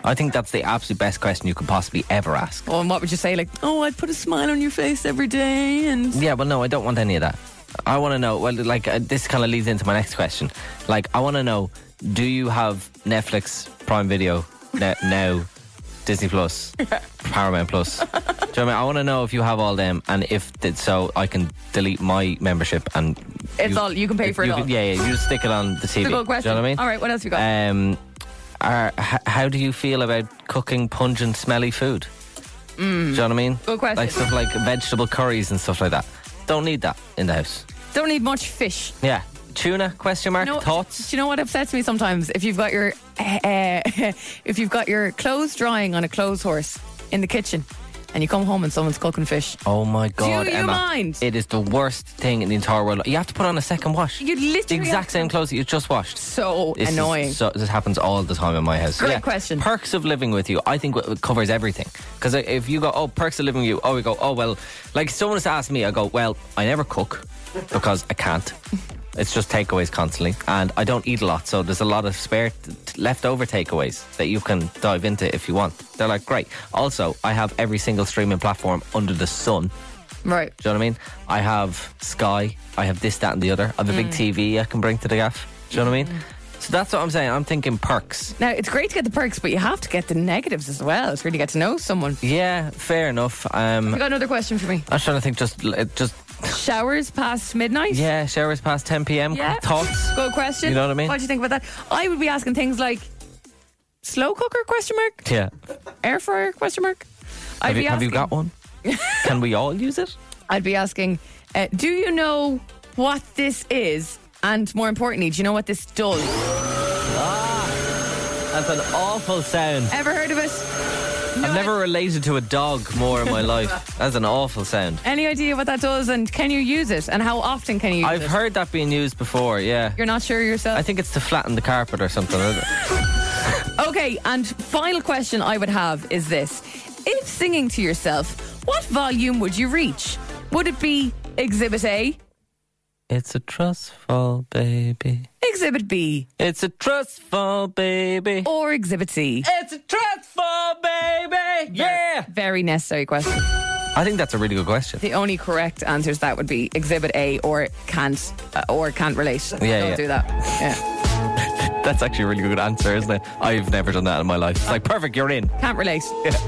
Speaker 4: I think that's the absolute best question you could possibly ever ask.
Speaker 3: Well, and what would you say? Like, oh, I'd put a smile on your face every day and.
Speaker 4: Yeah, well, no, I don't want any of that. I want to know. Well, like uh, this kind of leads into my next question. Like, I want to know: Do you have Netflix, Prime Video, ne- now,
Speaker 3: *laughs*
Speaker 4: Disney Plus, Paramount Plus? Do you know what I mean? I want to know if you have all them, and if th- so, I can delete my membership and
Speaker 3: It's all- you can pay for it
Speaker 4: you
Speaker 3: all.
Speaker 4: Can, yeah, yeah. You just stick it on the TV.
Speaker 3: It's a good question.
Speaker 4: Do you know what I mean?
Speaker 3: All right, what else we got?
Speaker 4: Um, are, h- how do you feel about cooking pungent, smelly food? Do you know what I mean?
Speaker 3: Mm. Good question.
Speaker 4: Like stuff like vegetable curries and stuff like that. Don't need that in the house.
Speaker 3: Don't need much fish.
Speaker 4: Yeah. Tuna? Question mark?
Speaker 3: You know-
Speaker 4: Thoughts?
Speaker 3: Do you know what upsets me sometimes? If you've got your uh, *laughs* if you've got your clothes drying on a clothes horse in the kitchen, and you come home and someone's cooking fish,
Speaker 4: Oh my god,
Speaker 3: you
Speaker 4: Emma!
Speaker 3: mind?
Speaker 4: It is the worst thing in the entire world. You have to put on a second wash.
Speaker 3: You literally
Speaker 4: the exact same clothes that you just washed.
Speaker 3: So
Speaker 4: This is
Speaker 3: annoying.
Speaker 4: so this happens all the time in my house.
Speaker 3: Great question.
Speaker 4: Perks of living with you, I think w- covers everything. Because if you go, oh, perks of living with you, oh, we go, oh well, like someone has asked me, I go, well, I never cook because I can't. It's just takeaways constantly, and I don't eat a lot, so there's a lot of spare t- t- leftover takeaways that you can dive into if you want. They're like great. Also, I have every single streaming platform under the sun.
Speaker 3: right?
Speaker 4: Do you know what I mean? I have Sky, I have this, that, and the other. I have a
Speaker 3: Mm.
Speaker 4: big TV I can bring to the gaff. Do you know what I mean? So that's what I'm saying. I'm thinking perks.
Speaker 3: Now it's great to get the perks, but you have to get the negatives as well. It's really get to know someone.
Speaker 4: Yeah, fair enough. Um,
Speaker 3: You got another question for me?
Speaker 4: I was trying to think. Just, uh, just
Speaker 3: Showers past midnight.
Speaker 4: yeah. Showers past 10 p.m.
Speaker 3: Yeah.
Speaker 4: Thoughts.
Speaker 3: Good question.
Speaker 4: You know what I mean?
Speaker 3: What do you think about that? I would be asking things like slow cooker question mark,
Speaker 4: Yeah.
Speaker 3: air fryer question mark. I'd
Speaker 4: Have
Speaker 3: be
Speaker 4: you, have you
Speaker 3: asking- *laughs*
Speaker 4: got one? can we all use it?
Speaker 3: I'd be asking, uh, do you know what this is? And more importantly, do you know what this does?
Speaker 4: That's an awful sound.
Speaker 3: Ever heard of it?
Speaker 4: I've never related to a dog
Speaker 3: *laughs*
Speaker 4: more in my life. That's an awful sound.
Speaker 3: Any idea what that does and can you use it and how often can you use
Speaker 4: I've
Speaker 3: it?
Speaker 4: heard that being used before, yeah.
Speaker 3: You're not sure yourself?
Speaker 4: I think it's to flatten the carpet or something. isn't
Speaker 3: *laughs*
Speaker 4: it?
Speaker 3: Okay, and final question I would have is this. If singing to yourself, what volume would you reach? Would it be Exhibit A,
Speaker 4: it's a trust fall, baby.
Speaker 3: Exhibit B?
Speaker 4: It's a trust fall, baby.
Speaker 3: Or Exhibit C?
Speaker 4: It's a trust fall, baby. Yeah.
Speaker 3: Very necessary question.
Speaker 4: I think that's a really good question.
Speaker 3: The only correct answers to that would be Exhibit A or can't uh, or can't relate.
Speaker 4: Yeah,
Speaker 3: Don't
Speaker 4: yeah.
Speaker 3: do that. Yeah.
Speaker 4: That's actually a really good answer, isn't it? I've never done that in my life. It's like, perfect, you're in.
Speaker 3: Can't relate.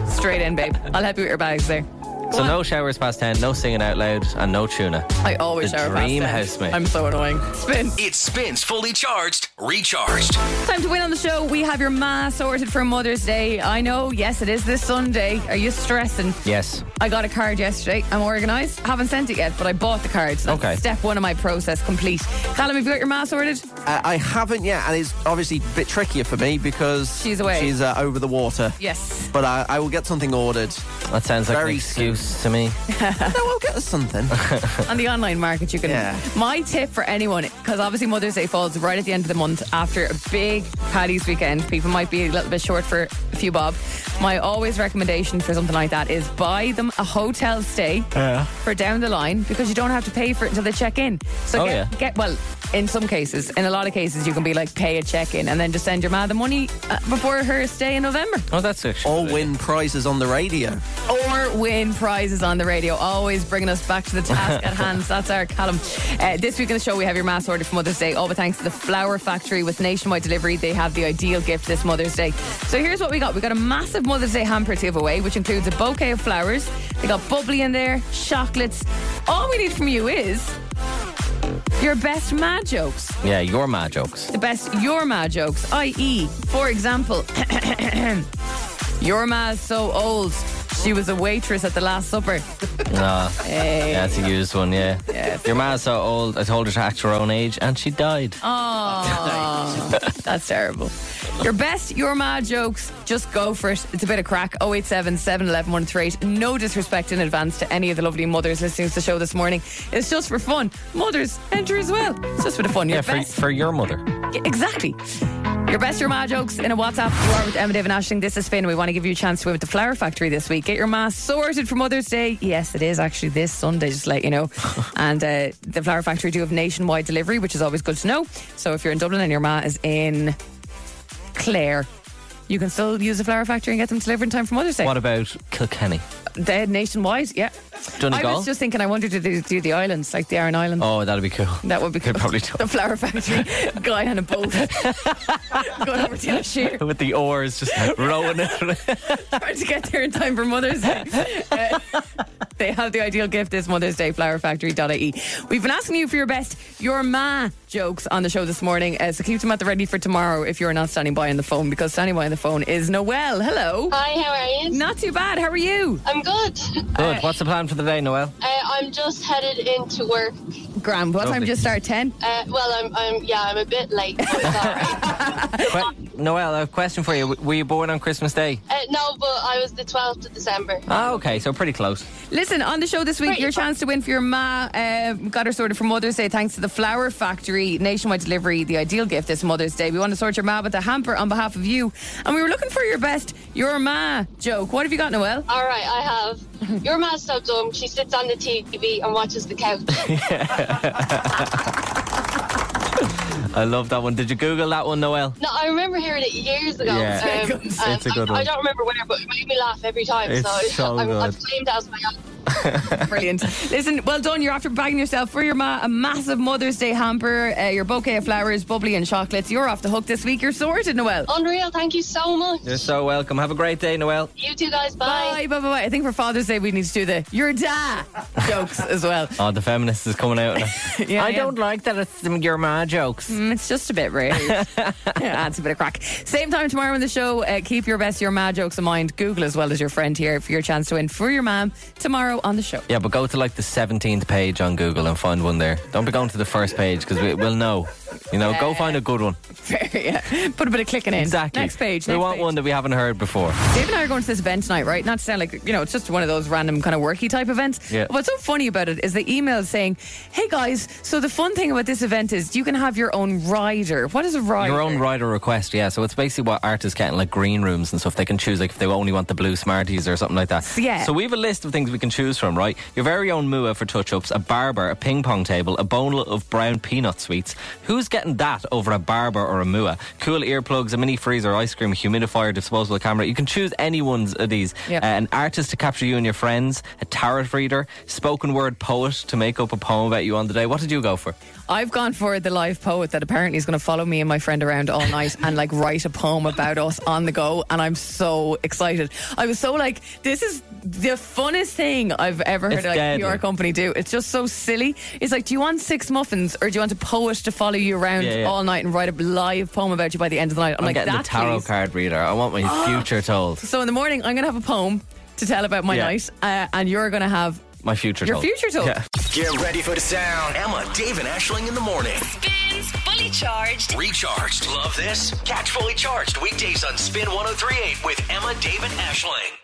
Speaker 3: Straight in, babe. I'll help you with your bags there.
Speaker 4: So no showers past 10, no singing out loud, and no tuna.
Speaker 3: I always
Speaker 4: the
Speaker 3: shower past
Speaker 4: dream
Speaker 3: 10.
Speaker 4: housemate.
Speaker 3: I'm so annoying. Spins.
Speaker 1: It spins fully charged, recharged.
Speaker 3: Time to win on the show. We have your ma sorted for Mother's Day. I know, yes, it is this Sunday. Are you stressing?
Speaker 4: Yes.
Speaker 3: I got a card yesterday. I'm organised. Haven't sent it yet, but I bought the card. So that's
Speaker 5: Okay.
Speaker 3: Step one of my process complete. Callum, have you got your ma sorted?
Speaker 5: Uh, I haven't yet, and it's obviously a bit trickier for me because
Speaker 3: She's away.
Speaker 5: She's uh, over the water.
Speaker 3: Yes.
Speaker 5: But I, I will get something ordered.
Speaker 4: That sounds like an excuse to me.
Speaker 5: no, I'll get us *laughs* something.
Speaker 3: *laughs* on the online market you can
Speaker 5: Yeah.
Speaker 3: my tip for anyone because obviously mother's day falls right at the end of the month after a big paddy's weekend people might be a little bit short for a few bob my always recommendation for something like that is buy them a hotel stay
Speaker 16: Yeah.
Speaker 3: for down the line because you don't have to pay for it until they check in so
Speaker 16: Oh,
Speaker 3: get,
Speaker 16: yeah.
Speaker 3: get well in some cases in a lot of cases you can be like pay a check in and then just send your ma the money uh, before her stay in november
Speaker 4: Oh, that's *laughs* actually.
Speaker 5: Or win prizes on the radio.
Speaker 3: or win prizes on the radio. Always bringing us back to the task at hand. That's our column. Uh, this week on the show, we have your mass order for Mother's Day. All but thanks to the Flower Factory with nationwide delivery. They have the ideal gift this Mother's Day. So here's what we got. We got a massive Mother's Day hamper to give away, which includes a bouquet of flowers. They got bubbly in there, chocolates. All we need from you is your best mad jokes
Speaker 4: Yeah, your mad jokes.
Speaker 3: the best your ma jokes, i.e., for example, *coughs* your ma's so old, she was a waitress at the Last Supper.
Speaker 4: Nah.
Speaker 3: Hey.
Speaker 4: Yeah, that's a used one, yeah. Your ma's so old, I told her to act her own age, and she died.
Speaker 3: Oh, that's terrible. Your best your ma jokes, just go for it. It's a bit of crack. 087 711 138. No disrespect in advance to any of the lovely mothers listening to the show this morning. It's just for fun. Mothers, enter as well. It's just for the fun. Your
Speaker 4: yeah, for,
Speaker 3: best-
Speaker 4: for your mother.
Speaker 3: Yeah, exactly. Your best your ma jokes in a WhatsApp. You are with Emma David Ashling. This is Finn. We want to give you a chance to win at the Flower Factory this week. Get your ma sorted for Mother's Day. Yes, it is actually this Sunday, just to let you
Speaker 4: *laughs*
Speaker 3: know. and uh, the Flower Factory do have nationwide delivery, which is always good to know. So if you're in Dublin and your ma is in Clare, you can still use the Flower Factory and get them delivered in time for Mother's Day.
Speaker 4: What about Kilkenny?
Speaker 3: They're nationwide, yeah.
Speaker 4: Donegal?
Speaker 3: I was just thinking, I wonder do they do the islands, like the Aran Islands?
Speaker 4: Oh, that'd be cool.
Speaker 3: That would be
Speaker 4: They
Speaker 3: cool.
Speaker 4: probably don't.
Speaker 3: The flower factory guy on a boat *laughs* going over to
Speaker 4: *laughs*
Speaker 3: Ashir
Speaker 4: With the oars just *laughs* rowing it.
Speaker 3: trying to get there in time for Mother's Day. Uh, they have the ideal gift this Mother's Day, flowerfactory.ie. We've been asking you for your best your ma jokes on the show this morning, uh, so keep them at the ready for tomorrow if you're not standing by on the phone, because standing by on the phone is Noel. Hello.
Speaker 18: Hi, how are you?
Speaker 3: Not too bad. How are you?
Speaker 18: I'm good.
Speaker 4: Good. What's the plan for the day, Noel?
Speaker 18: Uh, I'm just headed into work.
Speaker 3: Graham, what time
Speaker 4: Lovely.
Speaker 3: do you start? 10?
Speaker 18: Uh, well, I'm, I'm, yeah, I'm a bit late. But it's all right.
Speaker 4: Que- Noel, I have a question for you. W- Were you born on Christmas Day?
Speaker 18: uh, no, but I was the 12th of December.
Speaker 4: Ah, okay, so pretty close.
Speaker 3: Listen, on the show this week, your chance to win for your ma uh, got her sorted for Mother's Day thanks to the Flower Factory nationwide delivery, the ideal gift this Mother's Day. We want to sort your ma with a hamper on behalf of you. And we were looking for your best your ma joke. What have you got, Noel?
Speaker 18: All right,
Speaker 17: *laughs*
Speaker 18: I have. Your ma's so dumb. She sits on the TV and watches the couch.
Speaker 4: I love that one. Did you Google that one, Noel?
Speaker 18: No, I remember hearing it years ago.
Speaker 4: Yeah.
Speaker 18: um,
Speaker 4: *laughs* It's
Speaker 18: and
Speaker 4: a good
Speaker 18: I, I
Speaker 4: one.
Speaker 18: don't remember where, but it made me laugh every time.
Speaker 4: It's
Speaker 18: so
Speaker 4: so
Speaker 18: I'm, I'm
Speaker 4: good.
Speaker 18: claimed as my own.
Speaker 4: *laughs*
Speaker 3: Brilliant. Listen, well done. You're after bagging yourself for your ma a massive Mother's Day hamper, uh, your bouquet of flowers, bubbly and chocolates. You're off the hook this week. You're sorted, Noel.
Speaker 18: Unreal. Thank you so much.
Speaker 4: You're so welcome. Have a great day, Noel.
Speaker 18: You two guys,
Speaker 3: Bye, bye, bye, bye. I think for Father's Day, we need to do the your da jokes as well. *laughs*
Speaker 4: Oh, the feminist is coming *laughs* out. now.
Speaker 3: Yeah,
Speaker 4: I
Speaker 3: yeah.
Speaker 4: don't like that it's um, your ma jokes.
Speaker 3: Mm, it's just a bit
Speaker 4: *laughs*
Speaker 3: rude. yeah, adds a bit of crack. Same time tomorrow on the show. Uh, keep your best your ma jokes in mind. Google as well as your friend here for your chance to win for your mom tomorrow on the show. *laughs*
Speaker 4: Yeah, but go to like the 17th page on Google and find one there. Don't be going to the first page because we, we'll know. You know, go find a good one.
Speaker 3: fair, yeah. Put a bit of clicking in.
Speaker 4: Exactly.
Speaker 3: Next page.
Speaker 4: We
Speaker 3: next
Speaker 4: want
Speaker 3: page.
Speaker 4: one that we haven't heard before.
Speaker 3: Dave and I are going to this event tonight, right? Not to sound like, you know, it's just one of those random kind of worky type events.
Speaker 4: Yeah.
Speaker 3: What's so funny about it is the emails saying, hey guys, so the fun thing about this event is you can have your own rider. What is a rider?
Speaker 4: Your own rider request, yeah. So it's basically what artists get in like green rooms and stuff. They can choose like if they only want the blue Smarties or something like that.
Speaker 3: Yeah.
Speaker 4: So we have a list of things we can choose from, right? Your very own mua for touch ups, a barber, a ping pong table, a bowl of brown peanut sweets. Who's getting that over a barber or a mua? Cool earplugs, a mini freezer, ice cream, humidifier, disposable camera. You can choose any ones of these.
Speaker 16: Yeah.
Speaker 4: Uh, an artist to capture you and your friends, a tarot reader, spoken word poet to make up a poem about you on the day. What did you go for?
Speaker 3: I've gone for the live poet that apparently is going to follow me and my friend around all night and like write a poem about us on the go. And I'm so excited. I was so like, this is the funnest thing I've ever heard
Speaker 16: It's
Speaker 3: like
Speaker 16: deadly.
Speaker 3: PR company do. It's just so silly. It's like, do you want six muffins or do you want a poet to follow you around
Speaker 4: Yeah, yeah.
Speaker 3: all night and write a live poem about you by the end of the night? I'm,
Speaker 4: I'm
Speaker 3: like,
Speaker 4: getting
Speaker 3: that
Speaker 4: the tarot
Speaker 3: please.
Speaker 4: card reader. I want my
Speaker 3: *gasps* Ah.
Speaker 4: future told.
Speaker 3: So in the morning, I'm going to have a poem to tell about my
Speaker 4: Yeah.
Speaker 3: night, uh, and you're going to have
Speaker 4: My future
Speaker 3: your
Speaker 4: told.
Speaker 3: future told.
Speaker 1: Get ready for the sound. Emma, Dave, and Ashling in the morning.
Speaker 11: Spins Fully Charged.
Speaker 1: oh Recharged. Love this? Catch fully charged weekdays on Spin 1038 with Emma, Dave, and Ashling.